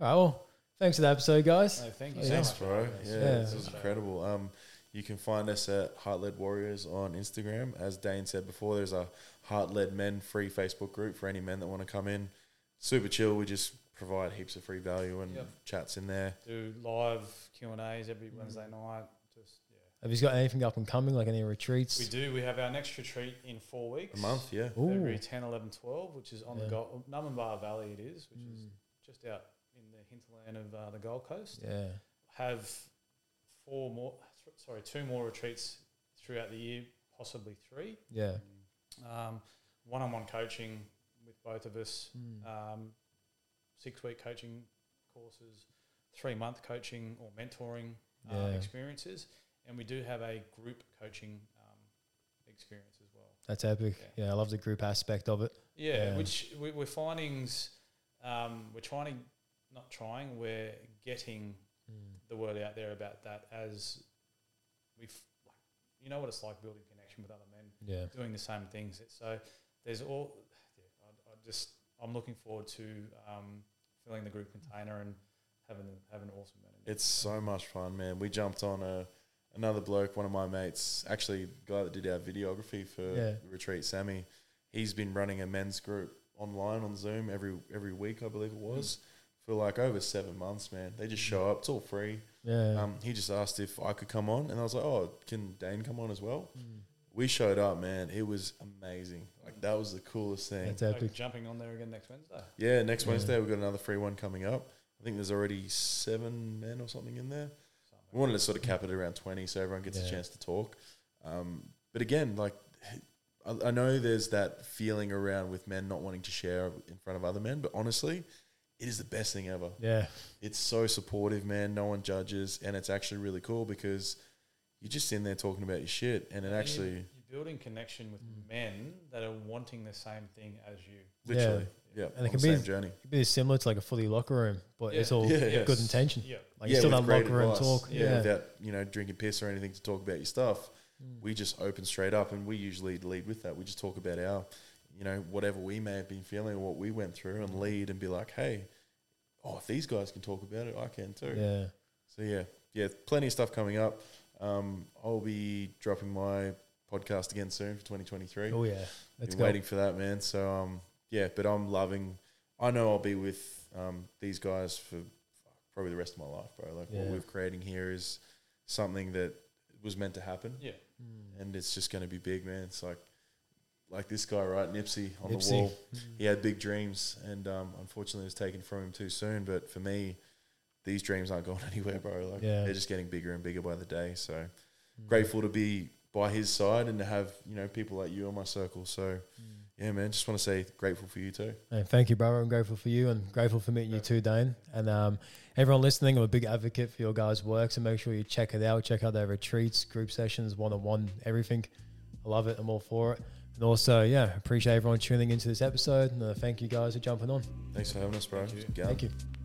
right. Well, thanks for the episode, guys. No, thank you. Yeah. so Thanks, much. bro. Yeah, this Yeah. was incredible. Um, you can find us at Heart Led Warriors on Instagram. As Dane said before, there's a Heart Led Men free Facebook group for any men that want to come in. Super chill. We just provide heaps of free value and Yep. chats in there. Do live Q and A's every Wednesday night. Just yeah. Have you got anything up and coming, like any retreats? We do. We have our next retreat in four weeks. A month, yeah. Ooh. February 10, 11, 12, which is on Yeah. the Gold, Nummbar Valley, it is, which is Mm. just out in the hinterland of uh, the Gold Coast. Yeah. Have four more, th- sorry, two more retreats throughout the year, possibly three. Yeah. Um, one-on-one coaching with both of us, Mm. um, six-week coaching courses, three-month coaching or mentoring uh, Yeah. experiences, and we do have a group coaching um, experience as well. That's epic. Yeah. Yeah. I love the group aspect of it. Yeah, Yeah. which we, we're findings. Um, we're trying to, not trying. We're getting the word out there about that as we, have like, you know what it's like building connection with other men Yeah. doing the same things. So there's all. Yeah, I, I just I'm looking forward to um, filling the group container and having having an awesome manager. It's so much fun, man. We jumped on a another bloke, one of my mates, actually the guy that did our videography for Yeah. the retreat, Sammy. He's been running a men's group online on Zoom every every week, I believe it Mm. was, for like over seven months, man. They just show up, it's all free. Yeah. Um, he just asked if I could come on, and I was like, "Oh, can Dane come on as well?" Mm. We showed up, man. It was amazing. Like that was the coolest thing. That's Like epic. jumping on there again next Wednesday. Yeah, next Yeah. Wednesday we've got another free one coming up. I think there's already seven men or something in there. We wanted to sort of cap it around 20 so everyone gets Yeah. a chance to talk. Um, but again, like, I, I know there's that feeling around with men not wanting to share in front of other men, but honestly, it is the best thing ever. Yeah. It's so supportive, man. No one judges. And it's actually really cool because you're just in there talking about your shit. And it And you- actually, you're, building connection with Mm. men that are wanting the same thing as you. Yeah. literally, yeah, And it on can the be- same journey. It'd be similar to like a fully locker room, but it's Yeah. all Yeah, good yes. intention. Yeah, Like you still with have great locker room advice. talk. Yeah, Yeah. without you know drinking piss or anything to talk about your stuff. Mm. We just open straight up, and we usually lead with that. We just talk about our, you know, whatever we may have been feeling or what we went through, Mm. and lead and be like, hey, oh, if these guys can talk about it, I can too. Yeah. So yeah, yeah, plenty of stuff coming up. Um, I'll be dropping my podcast again soon for 2023. Oh yeah. Let's Been go. waiting for that, man. So um, yeah, but I'm loving. I know I'll be with um, these guys for probably the rest of my life, bro. Like Yeah. what we're creating here is something that was meant to happen, yeah. Mm. and it's just going to be big, man. It's like like this guy, right, Nipsey on Nipsey. the wall. Mm-hmm. He had big dreams, and um, unfortunately, it was taken from him too soon. But for me, these dreams aren't going anywhere, bro. Like Yeah. they're just getting bigger and bigger by the day. So grateful to be by his side and to have you know people like you in my circle. So Mm. yeah, man, just want to say grateful for you too. Hey, thank you, brother. I'm grateful for you and grateful for meeting you too, Dane. And um, everyone listening, I'm a big advocate for your guys' work, so make sure you check it out. Check out their retreats, group sessions, one on one, everything. I love it. I'm all for it. And also, yeah, appreciate everyone tuning into this episode. And uh, thank you guys for jumping on. Thanks for having us, bro. Thank you. Go. Thank you.